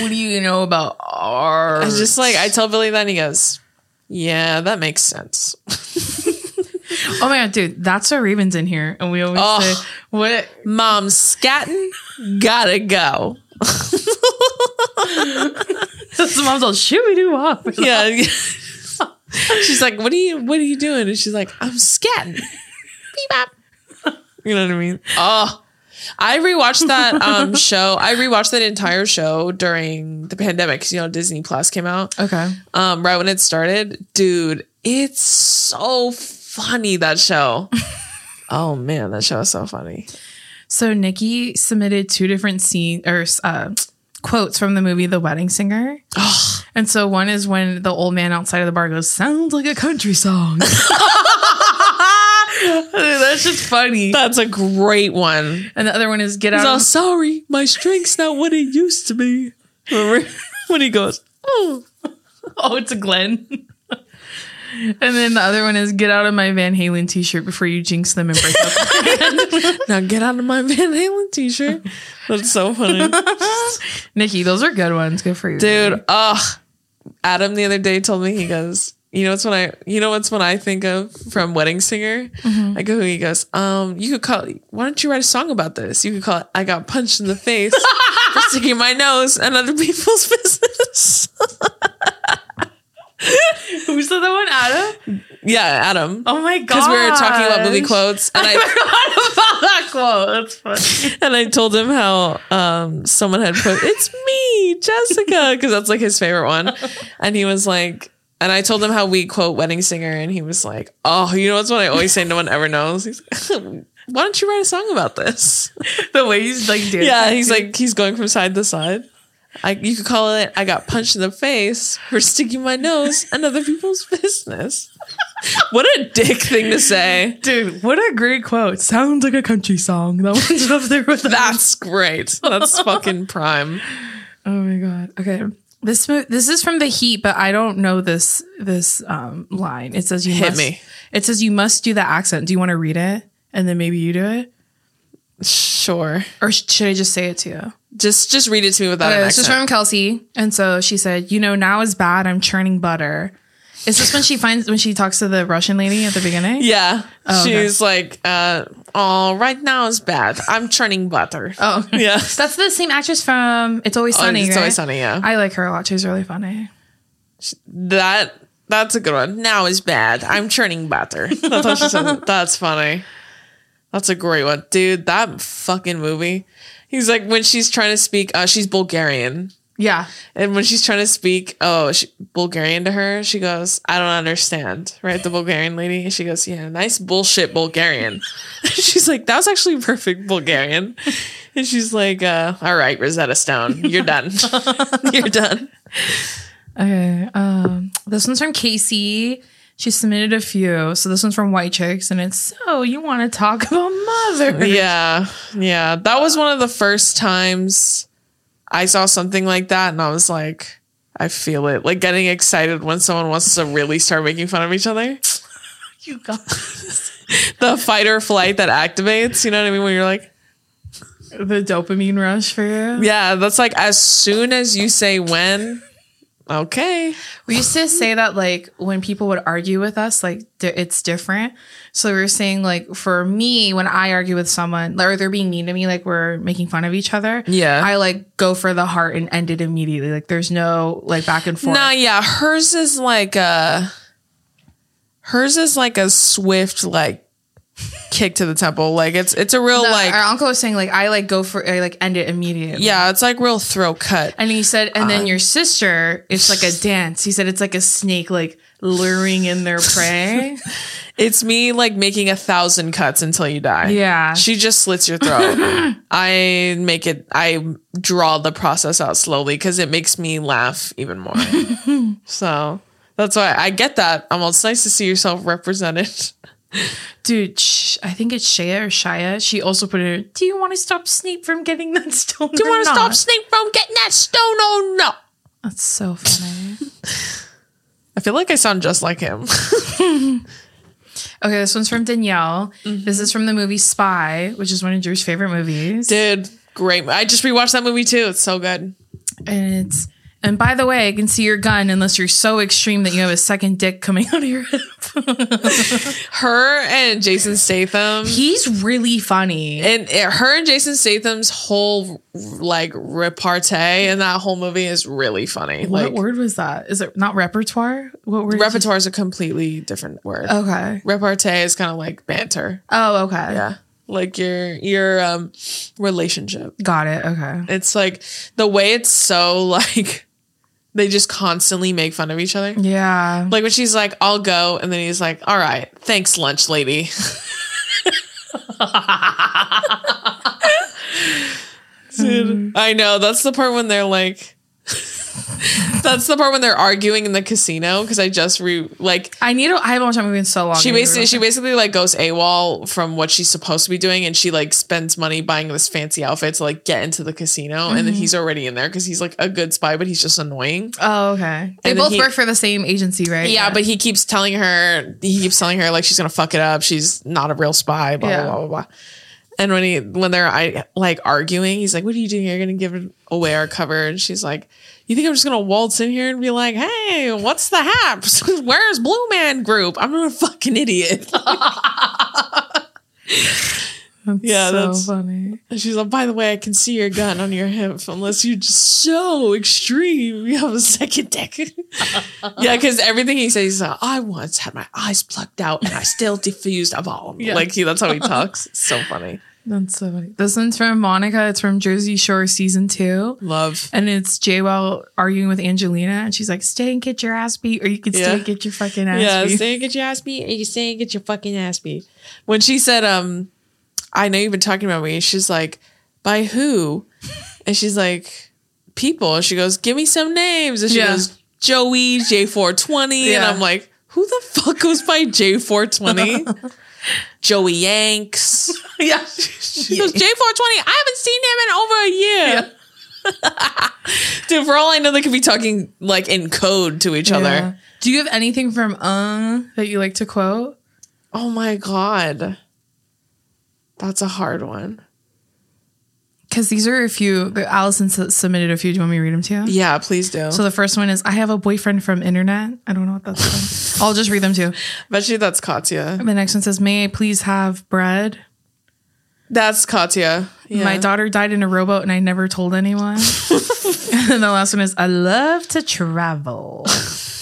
Speaker 1: what do you know about art?
Speaker 2: It's just like I tell Billy that, and he goes, "Yeah, that makes sense."
Speaker 1: oh my god, dude, that's why Raven's in here, and we always
Speaker 2: Oh.
Speaker 1: say, (laughs) "What?"
Speaker 2: Mom scatting, gotta go.
Speaker 1: The mom's all, "Should we do what?"
Speaker 2: (laughs) Yeah. she's like, "What are you? What are you doing?" And she's like, "I'm scatting." Bebop. You know what I mean? Oh, I rewatched (laughs) that um show. I rewatched that entire show during the pandemic because you know Disney Plus came out.
Speaker 1: Okay,
Speaker 2: um, right when it started. Dude, it's so funny that (laughs) show. oh man, that show is so funny.
Speaker 1: so Nikki submitted two different scene or uh, quotes from the movie The Wedding
Speaker 2: (gasps)
Speaker 1: Singer, and so one is when the old man outside of the bar goes, "Sounds like a country song." (laughs) That's just funny.
Speaker 2: That's a great one.
Speaker 1: And the other one is get out.
Speaker 2: So
Speaker 1: Of-
Speaker 2: sorry, my string's not what it used to be. (laughs) Remember when he goes, oh,
Speaker 1: oh, it's a Glenn. (laughs) and then the other one is get out of my Van Halen t-shirt before you jinx them and break up. (laughs)
Speaker 2: now get out of my (laughs) Van Halen t-shirt. That's so funny.
Speaker 1: Nikki, those are good ones. Good for you, (laughs)
Speaker 2: Dude, ugh. Adam the other day told me he goes, you know what's when I you know what's when I think of from Wedding Singer? I go, he goes, um, you could call it, why don't you write a song about this? You could call it I Got Punched in the Face (laughs) for sticking my nose and other people's (laughs) business.
Speaker 1: Who said that one, Adam?
Speaker 2: yeah, Adam.
Speaker 1: Oh my god!
Speaker 2: Because we were talking about movie
Speaker 1: (laughs)
Speaker 2: quotes (laughs) and I
Speaker 1: that quote. That's funny.
Speaker 2: and I told him how um, someone had put it's me, Jessica, because that's like his favorite one, and he was like, and I told him how we quote Wedding Singer, and he was like, oh, you know what's what I always say, no one ever knows. He's like, (laughs) Why don't you write a song about this?
Speaker 1: (laughs) the way he's like dancing.
Speaker 2: Yeah, he's like he's going from side to side. I, you could call it I got punched in the face for sticking my nose in other people's business. (laughs) What a dick thing to say.
Speaker 1: dude, what a great quote. Sounds like a country song. That (laughs) one's up there with that.
Speaker 2: That's great. That's fucking prime.
Speaker 1: Oh my god. Okay. This mo- this is from The Heat, but I don't know this this um, line. It says you
Speaker 2: Hit
Speaker 1: must,
Speaker 2: me.
Speaker 1: It says you must do the accent. Do you want to read it and then maybe you do it,
Speaker 2: Sure.
Speaker 1: or sh- should I just say it to you?
Speaker 2: Just just read it to me without an
Speaker 1: Uh, this is
Speaker 2: accent.
Speaker 1: from Kelsey, and so she said, "You know, now is bad. I'm churning butter." Is this when she finds when she talks to the Russian lady at the beginning?
Speaker 2: yeah,
Speaker 1: Oh, okay.
Speaker 2: she's like, uh, "Oh, right now is bad. I'm churning butter."
Speaker 1: (laughs) Oh,
Speaker 2: (laughs) yeah,
Speaker 1: that's the same actress from Oh, It's Always Sunny.
Speaker 2: it's
Speaker 1: right?
Speaker 2: always sunny. Yeah,
Speaker 1: I like her a lot. She's really funny.
Speaker 2: that that's a good one. Now is bad. I'm
Speaker 1: (laughs)
Speaker 2: churning butter. That's how she says it. That's funny. That's a great one, dude. That fucking movie. He's like when she's trying to speak. Uh, she's Bulgarian,
Speaker 1: Yeah.
Speaker 2: And when she's trying to speak, oh, she, Bulgarian to her, she goes, I don't understand, right? The Bulgarian lady. She goes, Yeah, nice bullshit Bulgarian. (laughs) she's like, That was actually perfect Bulgarian. And she's like, uh, All right, Rosetta Stone, you're done. (laughs) you're done.
Speaker 1: Okay. Um, this one's from Casey. She submitted a few. So this one's from White Chicks, and it's so you want to talk about mother? (laughs)
Speaker 2: Yeah. Yeah. That was one of the first times I saw something like that. And I was like, I feel it. Like getting excited when someone wants to really start making fun of each other.
Speaker 1: You guys.
Speaker 2: The fight or flight that activates, you know what I mean? When you're like,
Speaker 1: The dopamine rush for you.
Speaker 2: Yeah, that's like as soon as you say when, okay.
Speaker 1: We used to say that like when people would argue with us, like di- it's different. So we were saying like for me, when I argue with someone, or they're being mean to me, like we're making fun of each other.
Speaker 2: Yeah.
Speaker 1: I like go for the heart and end it immediately. Like there's no like back and forth.
Speaker 2: Nah, yeah, hers is like a hers is like a swift like kick to the temple. Like it's it's a real
Speaker 1: No,
Speaker 2: like
Speaker 1: our uncle was saying like I like go for I like end it immediately.
Speaker 2: yeah, it's like real throat cut.
Speaker 1: And he said, and then your sister, it's like
Speaker 2: (laughs)
Speaker 1: a dance. He said it's like a snake like luring in
Speaker 2: (laughs)
Speaker 1: their prey.
Speaker 2: It's me like making a thousand cuts until you die.
Speaker 1: Yeah.
Speaker 2: She just slits your throat.
Speaker 1: (clears throat)
Speaker 2: I make it I draw the process out slowly cuz it makes me laugh even more.
Speaker 1: (laughs)
Speaker 2: so, that's why I get that. Um, it's nice to see yourself
Speaker 1: (laughs)
Speaker 2: represented.
Speaker 1: Dude, sh- I think it's Shaya or Shia. She also put in, do you want to stop Snape from getting that stone? Do
Speaker 2: You want to stop Snape from getting that stone? Oh no!
Speaker 1: That's so
Speaker 2: (laughs)
Speaker 1: funny.
Speaker 2: I feel like I sound just
Speaker 1: (laughs)
Speaker 2: like him.
Speaker 1: okay, this one's from Danielle.
Speaker 2: Mm-hmm.
Speaker 1: This is from the movie Spy, which is one of Drew's favorite movies.
Speaker 2: Dude, great. I just rewatched that movie too. It's so good.
Speaker 1: and it's, and by the way, I can see your gun unless you're so extreme that you have a second dick coming out of your (laughs) hip.
Speaker 2: Her and Jason Statham.
Speaker 1: He's really funny.
Speaker 2: And it, her and Jason Statham's whole like repartee in that whole movie is really funny.
Speaker 1: What
Speaker 2: Like
Speaker 1: word was that? Is it not repertoire? What word? did you-
Speaker 2: repertoire is a completely different word.
Speaker 1: Okay.
Speaker 2: Repartee is kind of like banter.
Speaker 1: Oh, okay.
Speaker 2: Yeah, like your your um relationship.
Speaker 1: Got it. Okay.
Speaker 2: It's like the way it's so (laughs) like they just constantly make fun of each other.
Speaker 1: Yeah.
Speaker 2: Like when she's like, I'll go. And then he's like, All right, thanks, lunch lady. (laughs) Dude, I know. That's the part when they're like, (laughs) that's the part when they're arguing in the casino. Cause I just re like,
Speaker 1: I need to. I haven't watched that movie in so long.
Speaker 2: she
Speaker 1: I need to
Speaker 2: basically,
Speaker 1: rewatch
Speaker 2: she
Speaker 1: it.
Speaker 2: basically like goes AWOL from what she's supposed to be doing. And she like spends money buying this fancy outfit to like get into the casino. And then he's already in there cause he's like a good spy, but he's just annoying.
Speaker 1: Oh, okay. They
Speaker 2: then
Speaker 1: both
Speaker 2: he-
Speaker 1: work for the same agency, right?
Speaker 2: Yeah, but he keeps telling her he keeps telling her like she's gonna fuck it up. She's not a real spy. Blah
Speaker 1: Yeah.
Speaker 2: blah blah blah. blah. And when he when they're I, like arguing, he's like, "What are you doing? You're gonna give away our cover." And she's like, "You think I'm just gonna waltz in here and be like, hey, what's the haps? (laughs) Where's Blue Man Group? I'm not a fucking idiot."
Speaker 1: That's
Speaker 2: yeah,
Speaker 1: so
Speaker 2: that's-
Speaker 1: funny.
Speaker 2: And she's like, "By the way, I can see your gun on your hip. Unless you're just so extreme, you have a second dick." (laughs) yeah, because everything he says, he's like, "I once had my eyes plucked out, and I still diffused a bomb."
Speaker 1: Yeah.
Speaker 2: Like he, that's how he talks. It's so funny.
Speaker 1: That's so funny. This one's from Monica. It's from Jersey Shore season two.
Speaker 2: Love.
Speaker 1: And it's J-Well arguing with Angelina, and she's like, "Stay and get your ass beat, or you can stay
Speaker 2: Yeah.
Speaker 1: and get your fucking ass
Speaker 2: Yeah,
Speaker 1: beat."
Speaker 2: stay and get your ass beat, and you stay and get your fucking ass beat. When she said, "Um, I know you've been talking about me," she's like, "By who?" And she's like, "People." And she goes, "Give me some names." And she
Speaker 1: Yeah.
Speaker 2: goes, "Joey J four twenty. And
Speaker 1: Yeah.
Speaker 2: I'm like, "Who the fuck goes by J four
Speaker 1: (laughs)
Speaker 2: twenty? Joey Yanks."
Speaker 1: (laughs) yeah.
Speaker 2: She goes, J420, I haven't seen him in over a year. (laughs) Dude, for all I know, they could be talking like in code to each
Speaker 1: Yeah.
Speaker 2: other.
Speaker 1: Do you have anything from uh that you like to quote?
Speaker 2: Oh my God. That's a hard one.
Speaker 1: Because these are a few. the- Allison s- submitted a few. Do you want me to read them to you?
Speaker 2: Yeah, please do.
Speaker 1: So the first one is I have a boyfriend from internet. I don't know what that's
Speaker 2: (laughs)
Speaker 1: from. I'll just read them too.
Speaker 2: bet you that's Katya.
Speaker 1: The next one says, May I please have bread?
Speaker 2: That's Katya. Yeah.
Speaker 1: My daughter died in a rowboat and I never told
Speaker 2: (laughs)
Speaker 1: anyone. (laughs) and then the last one is I love to travel.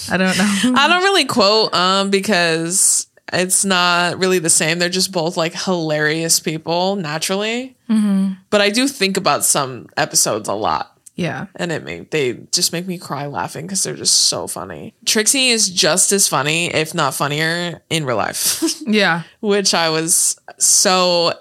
Speaker 1: I don't
Speaker 2: (laughs)
Speaker 1: know.
Speaker 2: I don't really quote um because it's not really the same. They're just both like
Speaker 1: Mm-hmm.
Speaker 2: hilarious people naturally. But I do think about some episodes a lot.
Speaker 1: Yeah.
Speaker 2: and it made they just make me cry laughing because they're just so funny. Trixie is just as funny, if not funnier, in real life, (laughs)
Speaker 1: Yeah.
Speaker 2: which I was so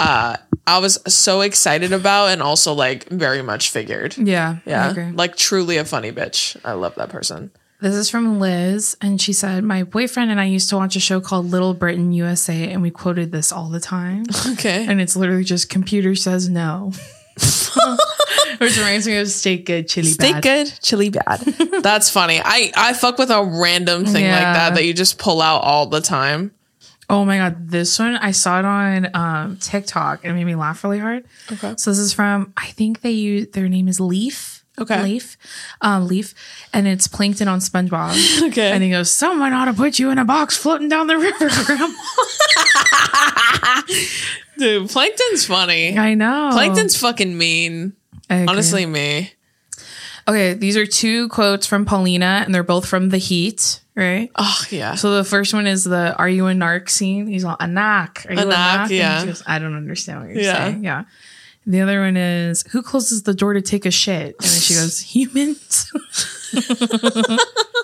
Speaker 2: uh I was so excited about and also like very much figured.
Speaker 1: Yeah. I
Speaker 2: Yeah.
Speaker 1: agree.
Speaker 2: Like truly a funny bitch. I love that person.
Speaker 1: This is from Liz, and she said, My boyfriend and I used to watch a show called Little Britain USA, and we quoted this all the time.
Speaker 2: (laughs) Okay.
Speaker 1: and it's literally just computer says no. (laughs) Which reminds me of steak good, chili
Speaker 2: Stay
Speaker 1: bad.
Speaker 2: good, chili bad. (laughs) That's funny. I I fuck with a random thing like
Speaker 1: Yeah.
Speaker 2: that that you just pull out all the time.
Speaker 1: Oh my god, this one I saw it on um, TikTok and it made me laugh really hard.
Speaker 2: Okay.
Speaker 1: So this is from I think they use their name is Leaf.
Speaker 2: Okay.
Speaker 1: Leaf, um, Leaf, and it's plankton on SpongeBob.
Speaker 2: (laughs) Okay.
Speaker 1: And he goes, "Someone ought to put you in a box floating down the river, (laughs) Grandma."
Speaker 2: Dude, Plankton's funny.
Speaker 1: I know.
Speaker 2: Plankton's fucking mean.
Speaker 1: I agree.
Speaker 2: Honestly, me.
Speaker 1: Okay, these are two quotes from Paulina, and they're both from The Heat, right?
Speaker 2: Oh yeah.
Speaker 1: So the first one is the "Are you a narc?" scene. He's all a knock. Are you a
Speaker 2: knock,
Speaker 1: knock?
Speaker 2: yeah.
Speaker 1: She goes, I don't understand what you're
Speaker 2: Yeah.
Speaker 1: saying. Yeah. The other one is who closes the door to take a shit, and then she
Speaker 2: (laughs)
Speaker 1: goes humans. (laughs)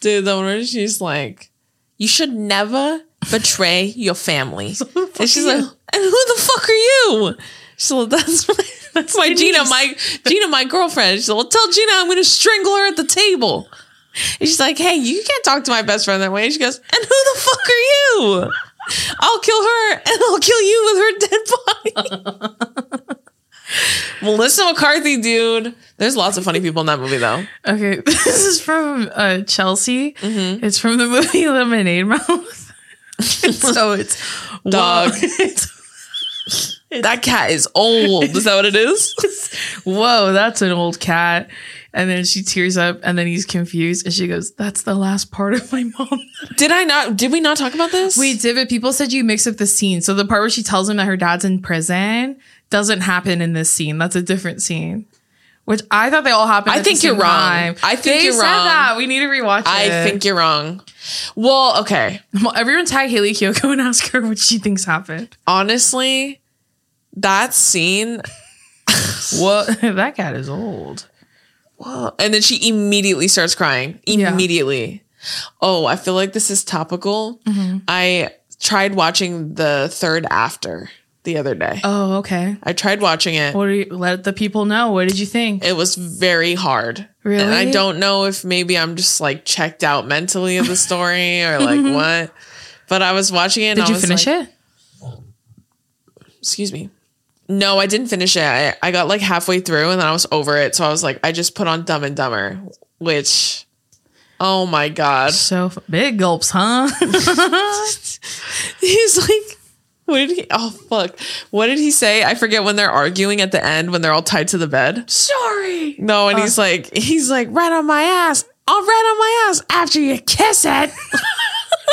Speaker 2: Dude, the one where she's like, You should never betray your family. and she's like, And who the fuck are you? She's like, That's (laughs) my, that's my Gina, my Gina, my girlfriend. She's like, Well, tell Gina I'm gonna strangle her at the table. And she's like, Hey, you can't talk to my best friend that way. And she goes, And who the fuck are you? I'll kill her and I'll kill you with her dead body. Melissa McCarthy, dude. There's lots of funny people in that movie though.
Speaker 1: okay, (laughs) this is from uh, Chelsea.
Speaker 2: Mm-hmm.
Speaker 1: It's from the movie (laughs) Lemonade Mouth. (laughs) so
Speaker 2: (laughs)
Speaker 1: it's
Speaker 2: Dog.
Speaker 1: Whoa, (laughs) it's-
Speaker 2: That cat is old. Is that what it is?
Speaker 1: whoa, that's an old cat. And then she tears up, and then he's confused, and she goes, "That's the last part of my mom."
Speaker 2: (laughs) Did I not? Did we not talk about this?
Speaker 1: We did, but people said you mix up the scene. So the part where she tells him that her dad's in prison doesn't happen in this scene. That's a different scene. Which I thought they all happened. at
Speaker 2: I
Speaker 1: the
Speaker 2: think you're
Speaker 1: same
Speaker 2: wrong.
Speaker 1: time.
Speaker 2: I think
Speaker 1: They
Speaker 2: you're
Speaker 1: said
Speaker 2: wrong.
Speaker 1: That. We need to rewatch it.
Speaker 2: I think you're wrong. Well, okay.
Speaker 1: (laughs) Well, everyone tag Haley Kyoko and ask her what she thinks happened.
Speaker 2: (laughs) Honestly, that (laughs) scene.
Speaker 1: Well, that cat is old.
Speaker 2: Whoa. And then she immediately starts crying.
Speaker 1: Yeah.
Speaker 2: Immediately. Oh, I feel like this is topical. I tried watching the third after the other day.
Speaker 1: Oh, okay.
Speaker 2: I tried watching it.
Speaker 1: What do you let the people know? What did you think?
Speaker 2: It was very hard.
Speaker 1: Really?
Speaker 2: And I don't know if maybe I'm just like checked out mentally of
Speaker 1: (laughs)
Speaker 2: the story or like what. But I was watching it. And
Speaker 1: Mm-hmm. Did
Speaker 2: I
Speaker 1: you
Speaker 2: was
Speaker 1: finish
Speaker 2: like,
Speaker 1: it?
Speaker 2: Excuse me. No, I didn't finish it. I, I got like halfway through and then I was over it. So I was like, I just put on Dumb and Dumber, which, oh my God.
Speaker 1: So f- big gulps,
Speaker 2: (laughs)
Speaker 1: huh? (laughs)
Speaker 2: He's like, what did he, oh fuck. What did he say? I forget when they're arguing at the end when they're all tied to the bed.
Speaker 1: Sorry.
Speaker 2: No, and he's like, he's like, right on my ass. I'll right on my ass after you kiss it.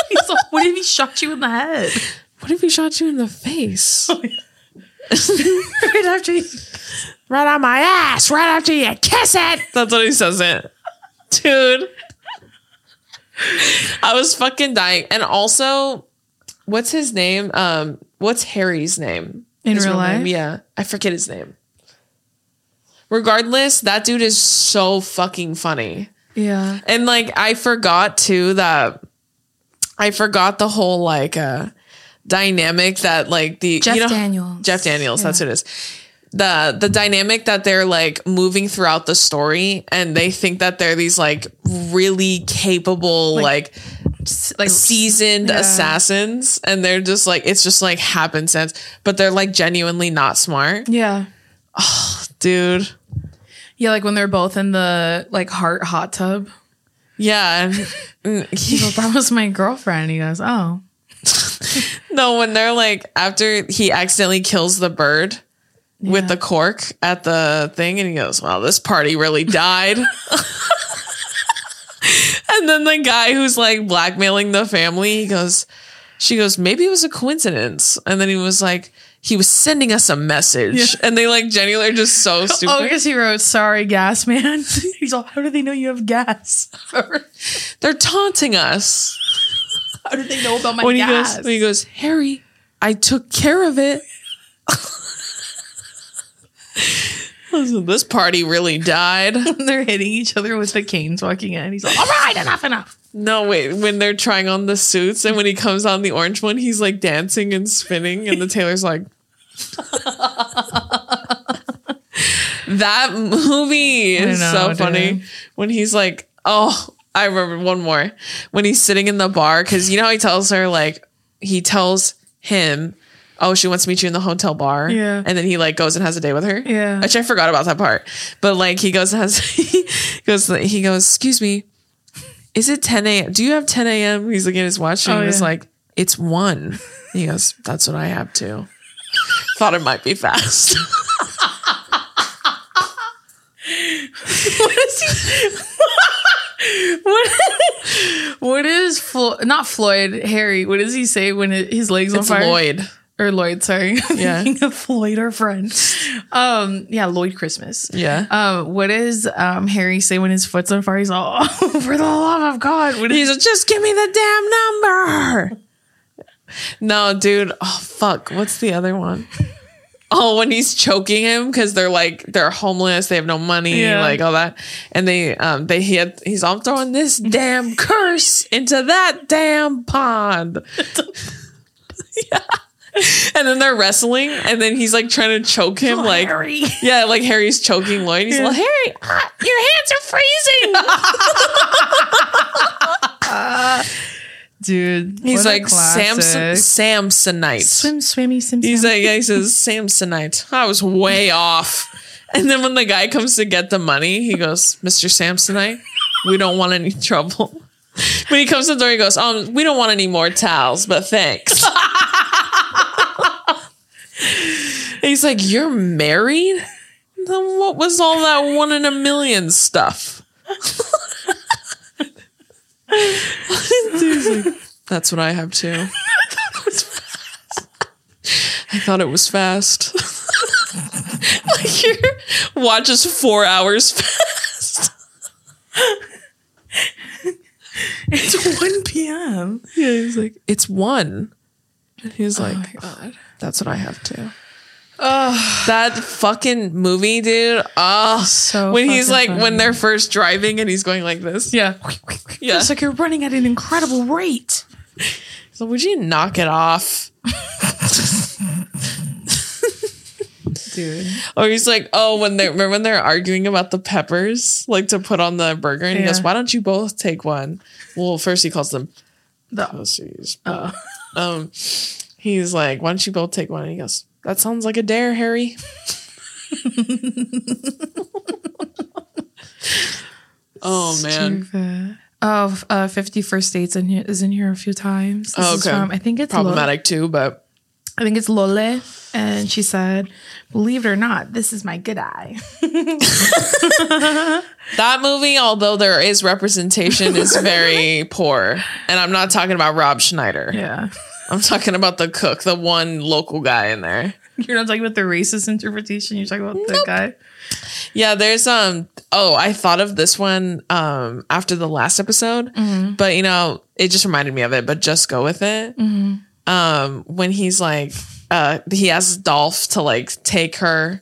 Speaker 1: He's like, what if he shot you in the head?
Speaker 2: What if he shot you in the (laughs) face?
Speaker 1: right after he
Speaker 2: right on my ass, right after you kiss it. That's what he says it. Dude. I was fucking dying. And also, what's his name? Um, what's Harry's name?
Speaker 1: In
Speaker 2: His
Speaker 1: real
Speaker 2: name,
Speaker 1: life?
Speaker 2: Yeah. I forget his name. Regardless, that dude is so fucking funny.
Speaker 1: Yeah.
Speaker 2: And like I forgot too that I forgot the whole like uh dynamic that like the
Speaker 1: Jeff
Speaker 2: you know,
Speaker 1: Daniels.
Speaker 2: Jeff Daniels, that's who it is. The the dynamic that they're like moving throughout the story and they think that they're these like really capable like,
Speaker 1: like
Speaker 2: seasoned
Speaker 1: yeah.
Speaker 2: assassins and they're just like it's just like happen sense but they're like genuinely not smart
Speaker 1: yeah
Speaker 2: dude
Speaker 1: yeah like when they're both in the like heart hot tub (laughs)
Speaker 2: yeah Mm, and- (laughs)
Speaker 1: Well, that was my girlfriend he goes oh
Speaker 2: No, when they're like after he accidentally kills the bird with the cork at the thing, and he goes, "Wow, this party really died." and then the guy who's like blackmailing the family, he goes, "She goes, maybe it was a coincidence." And then he was like, "He was sending us a message," and they like genuinely are just so stupid.
Speaker 1: oh because he wrote sorry gas man (laughs) he's all how do they know you have gas how
Speaker 2: They're taunting us.
Speaker 1: do they know about my
Speaker 2: (laughs) when he
Speaker 1: gas
Speaker 2: goes, when he goes, Harry, I took care of it. (laughs) Listen, this party really (laughs) died.
Speaker 1: (laughs) They're hitting each other with the canes walking in. He's like, all right, enough, enough.
Speaker 2: No, wait, when they're trying on the suits and when he comes on the orange one, he's like dancing and spinning, and the tailor's like. (laughs) that movie is
Speaker 1: I know,
Speaker 2: so
Speaker 1: dude.
Speaker 2: funny. When he's like, oh, I remember one more. When he's sitting in the bar, because you know how he tells her, like, he tells him, oh, she wants to meet you in the hotel bar.
Speaker 1: Yeah.
Speaker 2: And then he like goes and has a day with her.
Speaker 1: Yeah.
Speaker 2: Actually, I forgot about that part. But like he goes and has (laughs) he goes he goes, excuse me, is it 10 a.m.? Do you have 10 a.m.? He's looking at his watch and
Speaker 1: Oh,
Speaker 2: he was
Speaker 1: yeah.
Speaker 2: like, it's one. And he goes, that's what I have too. Thought it might
Speaker 1: (laughs)
Speaker 2: be fast.
Speaker 1: What is he? what, what is Flo- not Floyd Harry? What does he say when it, his legs on
Speaker 2: It's
Speaker 1: fire?
Speaker 2: Lloyd.
Speaker 1: or Lloyd, sorry. (laughs)
Speaker 2: Yeah.
Speaker 1: Thinking of Floyd, our friend. Um, yeah, Lloyd Christmas.
Speaker 2: Yeah.
Speaker 1: Uh, what does um, Harry say when his foot's on fire? He's all, oh, (laughs) for the love of God. What
Speaker 2: He's
Speaker 1: is
Speaker 2: like, just give me the damn number. No, dude. Oh fuck. What's the other one? Oh, when he's choking him because they're like they're homeless, they have no money,
Speaker 1: Yeah.
Speaker 2: like all that, and they um they he had, he's all
Speaker 1: (laughs)
Speaker 2: throwing this damn curse into that damn
Speaker 1: (laughs)
Speaker 2: pond. yeah. (laughs) And then they're wrestling, and then he's like trying to choke him, like
Speaker 1: Oh, Harry?
Speaker 2: yeah, like Harry's choking Lloyd. He's like, Harry, ah, your hands
Speaker 1: (laughs)
Speaker 2: are freezing.
Speaker 1: Dude.
Speaker 2: He's
Speaker 1: what a
Speaker 2: like Samson,
Speaker 1: classic.
Speaker 2: Samsonite.
Speaker 1: Swim, swimmy, sim,
Speaker 2: He's
Speaker 1: sim.
Speaker 2: like, yeah, he says Samsonite. I was way off. And then when the guy comes to get the money, he goes, Mr. Samsonite, we don't want any trouble. When he comes to the door, he goes, um, we don't want any more towels, but thanks. He's like, you're married? Then what was all that one in a million stuff? (laughs) He's like, That's what I have too. I thought it was fast. (laughs) like your watch is four hours (laughs) fast.
Speaker 1: it's 1 p.m.
Speaker 2: Yeah, he's like, it's one. And he's like,
Speaker 1: Oh God.
Speaker 2: that's what I have too. that fucking movie, dude. Oh,
Speaker 1: So
Speaker 2: when he's like
Speaker 1: fucking
Speaker 2: when they're first driving and he's going like this.
Speaker 1: Yeah.
Speaker 2: Yeah.
Speaker 1: It's like you're running at an incredible rate.
Speaker 2: So would you knock it off?
Speaker 1: Dude.
Speaker 2: Or he's like, oh, when they remember when they're arguing about the peppers, like to put on the burger, and he
Speaker 1: Yeah.
Speaker 2: goes, why don't you both take one? Well, first he calls them Oh,
Speaker 1: The,
Speaker 2: pussies.
Speaker 1: Oh.
Speaker 2: but, (laughs) Um, he's like, why don't you both take one? And he goes, that sounds like a dare, Harry. (laughs) oh man,
Speaker 1: Stupid. Oh, uh, 50 First Dates in here, is in here a few times. This is
Speaker 2: Oh, Okay.
Speaker 1: from, I think it's Lo-
Speaker 2: problematic too, but
Speaker 1: I think it's Lole. And she said, Believe it or not, this is my good
Speaker 2: (laughs)
Speaker 1: eye.
Speaker 2: that movie, although there is representation, is
Speaker 1: (laughs)
Speaker 2: very poor. And I'm not talking about Rob Schneider.
Speaker 1: Yeah.
Speaker 2: I'm talking about the cook, the one local guy in there.
Speaker 1: (laughs) You're not talking about the racist interpretation. You're talking about the guy.
Speaker 2: Yeah, there's um oh, I thought of this one um after the last episode,
Speaker 1: Mm-hmm.
Speaker 2: but you know, it just reminded me of it, but just go with it.
Speaker 1: Mm-hmm.
Speaker 2: Um when he's like uh he asks Dolph to like
Speaker 1: (laughs)
Speaker 2: take her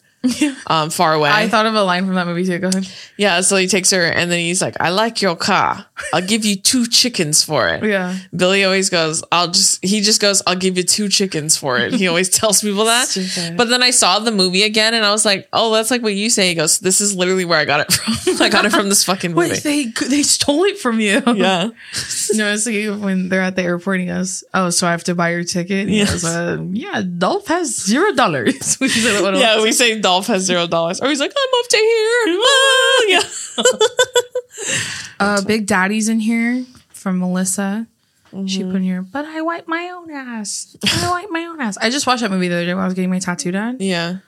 Speaker 2: um far away.
Speaker 1: I thought of a line from that movie too. Go ahead.
Speaker 2: yeah, so he takes her and then he's like, I like your car. I'll give you two chickens
Speaker 1: (laughs)
Speaker 2: for it.
Speaker 1: Yeah.
Speaker 2: Billy always goes, I'll just, he just goes, I'll give you two chickens for it. He always (laughs) tells people that.
Speaker 1: Stupid.
Speaker 2: But then I saw the movie again and I was like, oh, that's like what you say. He goes, this is literally where I got it (laughs) from. I got it from this fucking movie.
Speaker 1: Wait, they they stole it from you.
Speaker 2: (laughs) yeah.
Speaker 1: (laughs) No, it's like when they're at the airport and he goes, Oh, so I have to buy your ticket? He
Speaker 2: Yes.
Speaker 1: goes, uh, yeah, Dolph has zero dollars. (laughs) Which is what it
Speaker 2: Yeah.
Speaker 1: was.
Speaker 2: We say Dolph has zero dollars. Or he's like, I'm off
Speaker 1: (laughs)
Speaker 2: to here. Ah, yeah.
Speaker 1: Uh, Big Daddy's in here from Melissa.
Speaker 2: Mm-hmm.
Speaker 1: She put in here, but I wipe my own ass. I wipe my own ass. I just watched that movie the other day when I was getting my tattoo done.
Speaker 2: Yeah.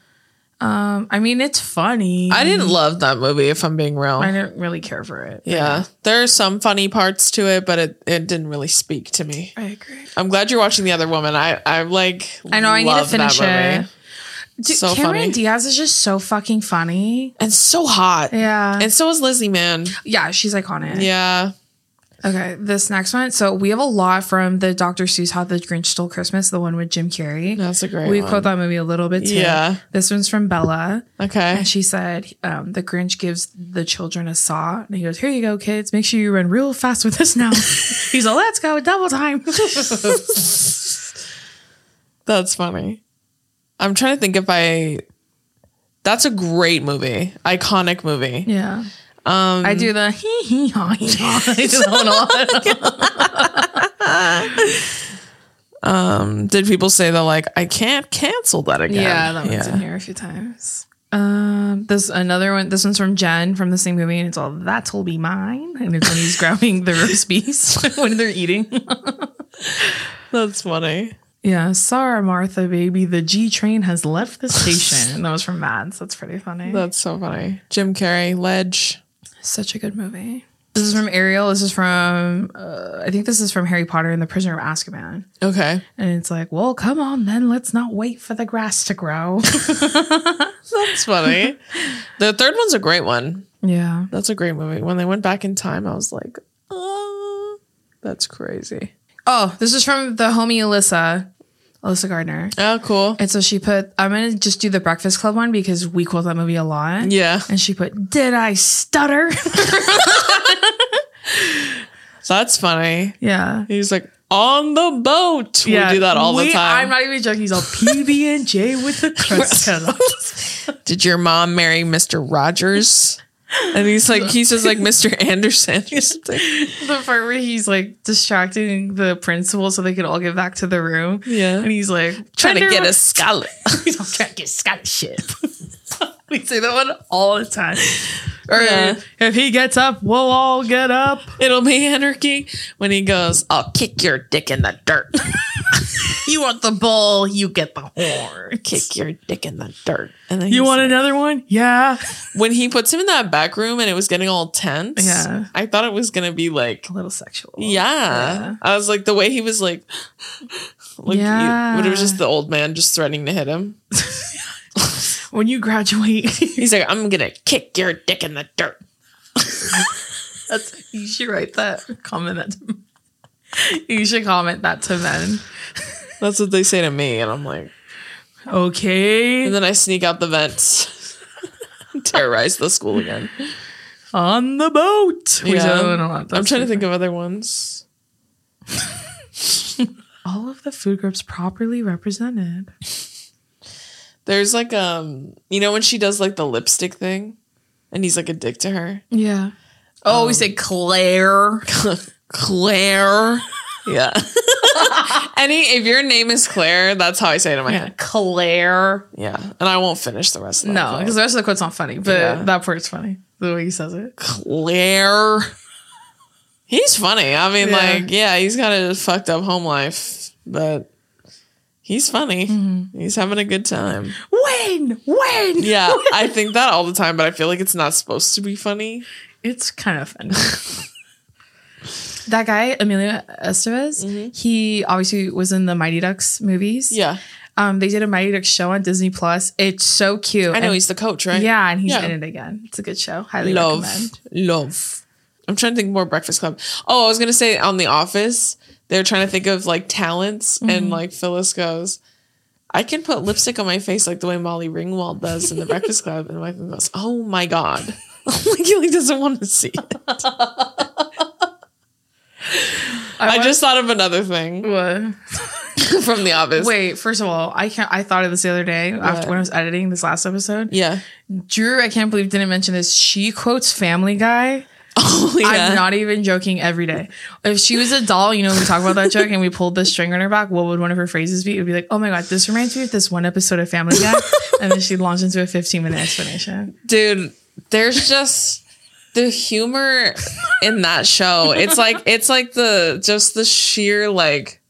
Speaker 1: Um, I mean, it's funny.
Speaker 2: I didn't love that movie, if I'm being real.
Speaker 1: Mm. I didn't really care for it.
Speaker 2: Yeah. There are some funny parts to it, but it, it didn't really speak to me.
Speaker 1: I agree.
Speaker 2: I'm glad you're watching The Other Woman. I, I'm like,
Speaker 1: I know. I need to
Speaker 2: love that
Speaker 1: finish it.
Speaker 2: movie.
Speaker 1: Dude,
Speaker 2: So
Speaker 1: Cameron
Speaker 2: funny.
Speaker 1: Diaz is just so fucking funny.
Speaker 2: And so hot.
Speaker 1: Yeah.
Speaker 2: And so is Lizzie, man.
Speaker 1: yeah, she's iconic.
Speaker 2: Yeah.
Speaker 1: Okay, this next one. So we have a lot from the Dr. Seuss How the Grinch Stole Christmas, the one with Jim Carrey.
Speaker 2: That's a great
Speaker 1: We
Speaker 2: one.
Speaker 1: quote that movie a little bit too.
Speaker 2: Yeah.
Speaker 1: This one's from Bella.
Speaker 2: Okay.
Speaker 1: And she said, um, the Grinch gives the children a saw and he goes, Here you go, kids. Make sure you run real fast with this now. He's like, Let's go, double time.
Speaker 2: That's funny. I'm trying to think if I. That's a great movie, iconic movie.
Speaker 1: yeah. Um, I do the (laughs) hee hee haw hee haw. I do that one a lot.
Speaker 2: Did people say that like I can't cancel that again?
Speaker 1: Yeah, that one's in here a few times. Um, this another one. This one's from Jen from the same movie, and it's all "That'll be mine," and it's when (laughs) he's grabbing the roast beef (laughs) when they're eating.
Speaker 2: That's funny.
Speaker 1: Yeah, sorry, Martha, baby. The G train has left the station, and that was from Mads. That's pretty funny.
Speaker 2: That's so funny. Jim Carrey, Ledge.
Speaker 1: Such a good movie. This is from Ariel. This is from uh, I think this is from Harry Potter and the Prisoner of Azkaban.
Speaker 2: Okay. (laughs)
Speaker 1: And it's like, well, come on, then let's not wait for the grass to grow. (laughs)
Speaker 2: That's funny. the third one's a great one.
Speaker 1: yeah.
Speaker 2: That's a great movie. When they went back in time, I was like, oh, that's crazy.
Speaker 1: Oh, this is from the homie Alyssa, Alyssa Gardner.
Speaker 2: Oh, cool.
Speaker 1: And so she put, I'm going to just do the Breakfast Club one because we quote that movie a lot.
Speaker 2: Yeah.
Speaker 1: And she put, Did I stutter? (laughs)
Speaker 2: That's funny.
Speaker 1: yeah.
Speaker 2: He's like, on the boat.
Speaker 1: yeah.
Speaker 2: We do that all
Speaker 1: We-
Speaker 2: the time.
Speaker 1: I'm not even joking. He's
Speaker 2: (laughs)
Speaker 1: all PB and J with the crust cut off.
Speaker 2: Did your mom marry Mr. Rogers? (laughs) And he's like, he says like Mr. Anderson (laughs) or something.
Speaker 1: the part where he's like distracting the principal so they could all get back to the room.
Speaker 2: Yeah.
Speaker 1: And he's like
Speaker 2: Trying to
Speaker 1: (laughs)
Speaker 2: get a (laughs) scholar.
Speaker 1: he's all trying to get scholarship. (laughs) we say that one all the time. Or
Speaker 2: Yeah.
Speaker 1: if he gets up, we'll all get up.
Speaker 2: It'll be anarchy when he goes, I'll kick your dick in the (laughs) dirt.
Speaker 1: You want the bull, you get the horn.
Speaker 2: kick your dick in the dirt. And then
Speaker 1: You
Speaker 2: he's
Speaker 1: want
Speaker 2: like-
Speaker 1: another one? Yeah.
Speaker 2: when he puts him in that back room and it was getting all tense.
Speaker 1: Yeah.
Speaker 2: I thought it was gonna be like,
Speaker 1: A little sexual.
Speaker 2: yeah.
Speaker 1: Yeah.
Speaker 2: I was like the way he was like, (gasps) like
Speaker 1: Yeah.
Speaker 2: but it was just the old man just threatening to hit him.
Speaker 1: When you graduate, (laughs)
Speaker 2: He's like, I'm gonna kick your dick in the dirt.
Speaker 1: that's, you should write that. Comment that. To, (laughs) you should comment that to men.
Speaker 2: That's what they say to me, and I'm like.
Speaker 1: Okay.
Speaker 2: And then I sneak out the vents, (laughs) terrorize the school again.
Speaker 1: on the boat. We
Speaker 2: Yeah.
Speaker 1: yeah. do a lot.
Speaker 2: I'm
Speaker 1: That's
Speaker 2: trying
Speaker 1: pretty
Speaker 2: to think of other ones.
Speaker 1: funny. all of the food groups properly represented.
Speaker 2: There's like um, you know when she does like the lipstick thing, and he's like a dick to her. (laughs)
Speaker 1: Yeah. Oh, we say Claire.
Speaker 2: Claire. Yeah. (laughs) Any if your name is Claire, that's how I say it in my head.
Speaker 1: Claire.
Speaker 2: Yeah. And I won't finish the rest of that.
Speaker 1: No, because the rest of the quote's not funny, but
Speaker 2: Yeah.
Speaker 1: that part's funny. The way he says it.
Speaker 2: Claire. He's funny. I mean,
Speaker 1: Yeah.
Speaker 2: like, yeah, he's got a fucked up home life, but he's funny. He's having a good time.
Speaker 1: When? (laughs) When?
Speaker 2: Yeah, I think that all the time, but I feel like it's not supposed to be funny.
Speaker 1: It's kind of funny. (laughs) that guy, Emilio Estevez, he obviously was in the Mighty Ducks movies.
Speaker 2: Yeah.
Speaker 1: Um, they did a Mighty Ducks show on Disney Plus. It's so cute.
Speaker 2: I know
Speaker 1: And-
Speaker 2: he's the coach, right?
Speaker 1: Yeah, and he's
Speaker 2: Yeah.
Speaker 1: in it again. It's a good show. Highly
Speaker 2: Love.
Speaker 1: recommend.
Speaker 2: Love. I'm trying to think more Breakfast Club. Oh, I was going to say on The Office, they're trying to think of like talents,
Speaker 1: Mm-hmm.
Speaker 2: and like Phyllis goes, I can put lipstick on my face like the way Molly Ringwald does in The Breakfast Club. And Michael goes, Oh my God. (laughs) like he like, doesn't want to see it. I just thought of another
Speaker 1: (laughs)
Speaker 2: thing
Speaker 1: What?
Speaker 2: from The Office.
Speaker 1: Wait, first of all, I can't. I thought of this the other day after when I was editing this last episode.
Speaker 2: Yeah. (laughs)
Speaker 1: Drew, I can't believe didn't mention this. She quotes Family Guy.
Speaker 2: Oh, yeah.
Speaker 1: I'm not even joking. Every day, if she was a doll, you know, we talk about that joke, and we pulled the string on her back. What would one of her phrases be? It would be like, "Oh my god, this reminds me of this one episode of Family
Speaker 2: (laughs)
Speaker 1: Guy," and then she'd launch into a 15 minute explanation.
Speaker 2: dude there's just the humor in that show it's like it's like the just the sheer like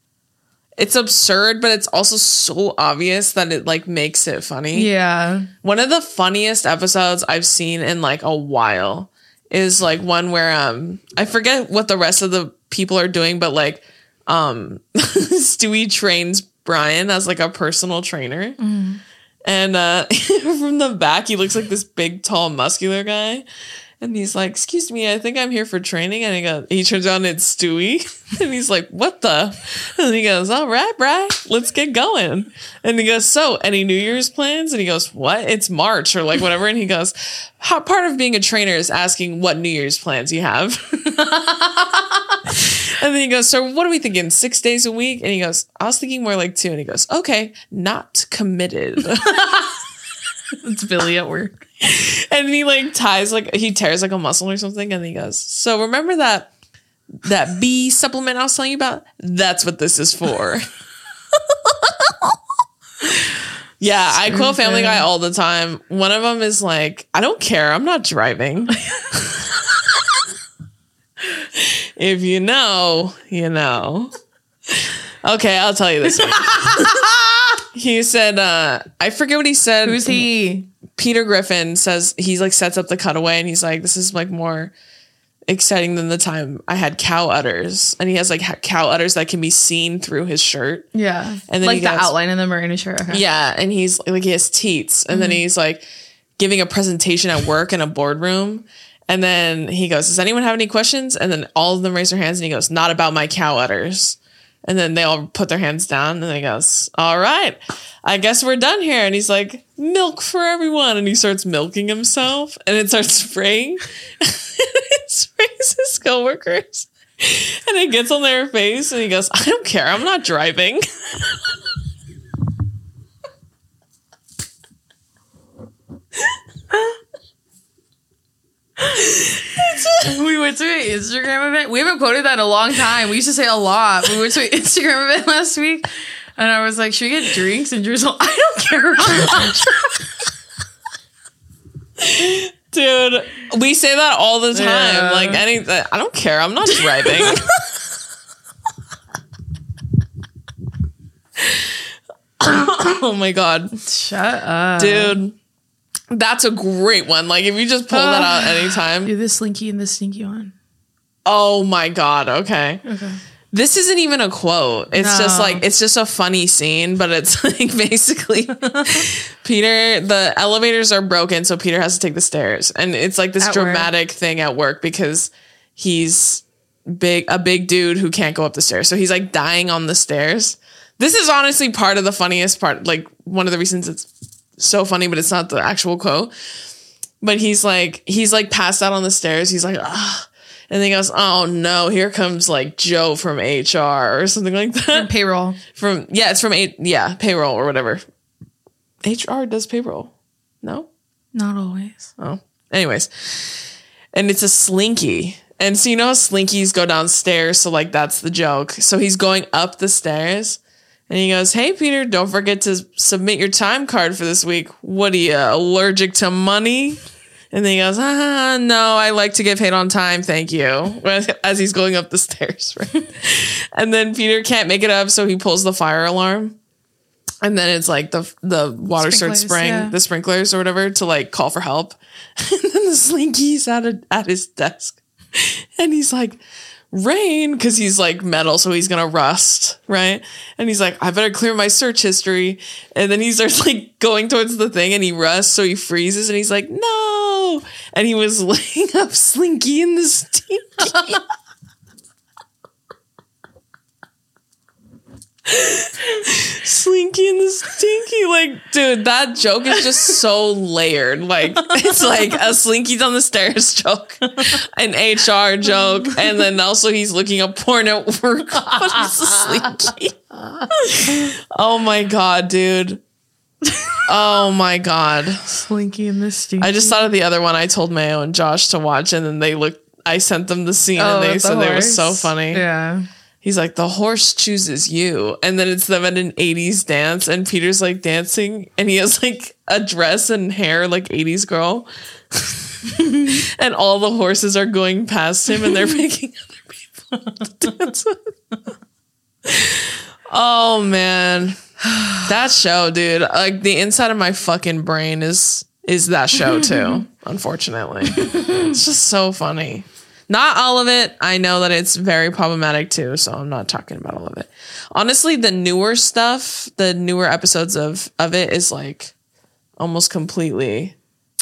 Speaker 2: it's absurd but it's also so obvious that it like makes it funny
Speaker 1: Yeah,
Speaker 2: one of the funniest episodes i've seen in like a while is like one where um i forget what the rest of the people are doing but like um (laughs) stewie trains brian as like a personal trainer (laughs) and uh, from the back, he looks like this big, tall, muscular guy. And he's like, "Excuse me, I think I'm here for training." And he goes, he turns around, it's Stewie, (laughs) and he's like, "What the?" And he goes, "All right, Bri, let's get going." And he goes, "So, any New Year's plans?" And he goes, "What? It's March or like whatever." And he goes, "How part of being a trainer is asking what New Year's plans you have." (laughs) And then he goes, So what are we thinking? Six days a week? And he goes, I was thinking more like two. And he goes, Okay, not committed. (laughs)
Speaker 1: It's Billy at work.
Speaker 2: and he like ties like he tears like a muscle or something. And he goes, So remember that that B supplement I was telling you about? That's what this is for. (laughs) yeah, I quote Family Guy all the time. One of them is like, I don't care, I'm not driving. if you know, you know. Okay, I'll tell you this. one. he said, uh, I forget what he said.
Speaker 1: Who's he?
Speaker 2: Peter Griffin says he's like sets up the cutaway and he's like, this is like more exciting than the time I had cow udders. And he has like ha- cow udders that can be seen through his shirt.
Speaker 1: Yeah.
Speaker 2: And then
Speaker 1: like
Speaker 2: he
Speaker 1: the
Speaker 2: goes-
Speaker 1: outline in the marina shirt. Okay.
Speaker 2: (laughs) Yeah. And he's like, he has teats. And then he's like giving a presentation at work in a boardroom. And then he goes, Does anyone have any questions? And then all of them raise their hands and he goes, Not about my cow udders. And then they all put their hands down and he goes, All right, I guess we're done here. And he's like, Milk for everyone. And he starts milking himself and it starts spraying. (laughs) it sprays his coworkers. And it gets on their face and he goes, I don't care. I'm not driving.
Speaker 1: (laughs) We went to an Instagram event. We haven't quoted that in a long time. We used to say a lot. We went to an (laughs) Instagram event last week, and I was like, "Should we get drinks?" And Drizzle, (laughs) I don't care.
Speaker 2: Dude, we say that all the time.
Speaker 1: Yeah.
Speaker 2: Like any, I don't care. I'm not driving. oh my god,
Speaker 1: Shut up,
Speaker 2: dude, that's a great one. Like if you just pull that out anytime.
Speaker 1: Do the slinky and the stinky one.
Speaker 2: Oh my god. Okay. This isn't even a quote. It's just
Speaker 1: No.
Speaker 2: like it's just a funny scene, but it's (laughs)
Speaker 1: (laughs)
Speaker 2: like basically Peter the elevators are broken, so Peter has to take the stairs. And it's like this
Speaker 1: At work.
Speaker 2: dramatic thing at work because he's big a big dude who can't go up the stairs. So he's like dying on the stairs. This is honestly part of the funniest part, like one of the reasons it's so funny, but it's not the actual quote. But he's like, he's like passed out on the stairs. He's like, ah. And then he goes, oh no, here comes like Joe from HR or something like (laughs) that.
Speaker 1: Payroll.
Speaker 2: From, yeah, it's from eight, yeah, payroll or whatever. HR does payroll. No?
Speaker 1: Not always.
Speaker 2: Oh, anyways, and it's a slinky. And so you know how slinkies go downstairs, so like that's the joke. So he's going up the stairs, and he goes, "Hey Peter, don't forget to submit your time card for this week. What are you allergic to money?" And then he goes, "Ah, no, I like to get paid on time, thank you." (laughs) As he's going up the stairs, (laughs) right? and then Peter can't make it up, so he pulls the fire alarm, and then it's like the the water
Speaker 1: Sprinklers,
Speaker 2: starts spraying
Speaker 1: yeah.
Speaker 2: the sprinklers or whatever to like call for help. (laughs) And then the slinky's at a, at his desk, (laughs) and he's like, "Rain," because he's like metal, so he's gonna rust, right? And he's like, "I better clear my search history." And then he starts (laughs) like going towards the thing, and he rusts, so he freezes, and he's like, "No!" And he was (laughs) laying up Slinky in the steam. Slinky and the Stinky. Like, dude, that joke is just so layered. Like, it's like a Slinky's on the stairs (laughs) joke, an HR joke, and then also he's looking up porn at work. (laughs) What is a Slinky? Oh my God, dude. Oh my God.
Speaker 1: Slinky and the stinky.
Speaker 2: I just thought of the other one I told Mayo and Josh to watch, and then they looked. I sent them the scene
Speaker 1: Oh,
Speaker 2: and they said they were so funny.
Speaker 1: Yeah.
Speaker 2: He's like, the horse chooses you. And then it's them at an 80s dance, and Peter's like dancing, and he has like a dress and hair like 80s girl. and all the horses are going past him, and they're making (laughs) other people dance. oh, man. That show, dude. Like, the inside of my fucking brain is is that show, too, unfortunately. it's just so funny. Not all of it. I know that it's very problematic too, so I'm not talking about all of it. Honestly, the newer stuff, the newer episodes of of it is like almost completely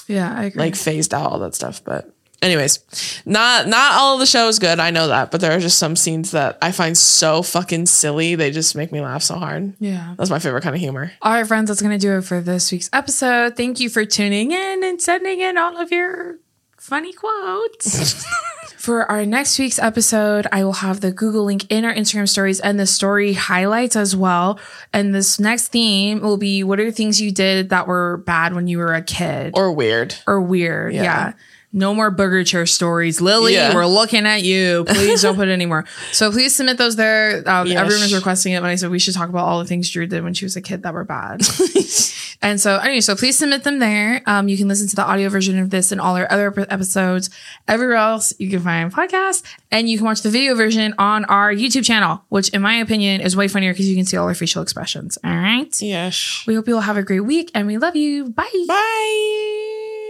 Speaker 1: Yeah, I agree.
Speaker 2: like phased out all that stuff, but Anyways, not not all of the show is good. I know that, but there are just some scenes that I find so fucking silly. They just make me laugh so hard.
Speaker 1: Yeah.
Speaker 2: That's my favorite kind of humor.
Speaker 1: All right, friends, that's going to do it for this week's episode. Thank you for tuning in and sending in all of your funny quotes. for our next week's episode, I will have the Google link in our Instagram stories and the story highlights as well. And this next theme will be what are things you did that were bad when you were a kid
Speaker 2: Or weird.
Speaker 1: or weird. Yeah. No more burger chair stories. Lily,
Speaker 2: Yeah.
Speaker 1: we're looking at you. Please don't put it
Speaker 2: (laughs)
Speaker 1: anymore. So please submit those there. Um,
Speaker 2: Yes.
Speaker 1: Everyone was requesting it when I said we should talk about all the things Drew did when she was a kid that were
Speaker 2: (laughs)
Speaker 1: bad. and so anyway, so please submit them there. Um, you can listen to the audio version of this and all our other ep- episodes. Everywhere else you can find podcasts and you can watch the video version on our YouTube channel, which in my opinion is way funnier because you can see all our facial expressions. All right.
Speaker 2: Yes.
Speaker 1: We hope you all have a great week and we love you. Bye.
Speaker 2: Bye.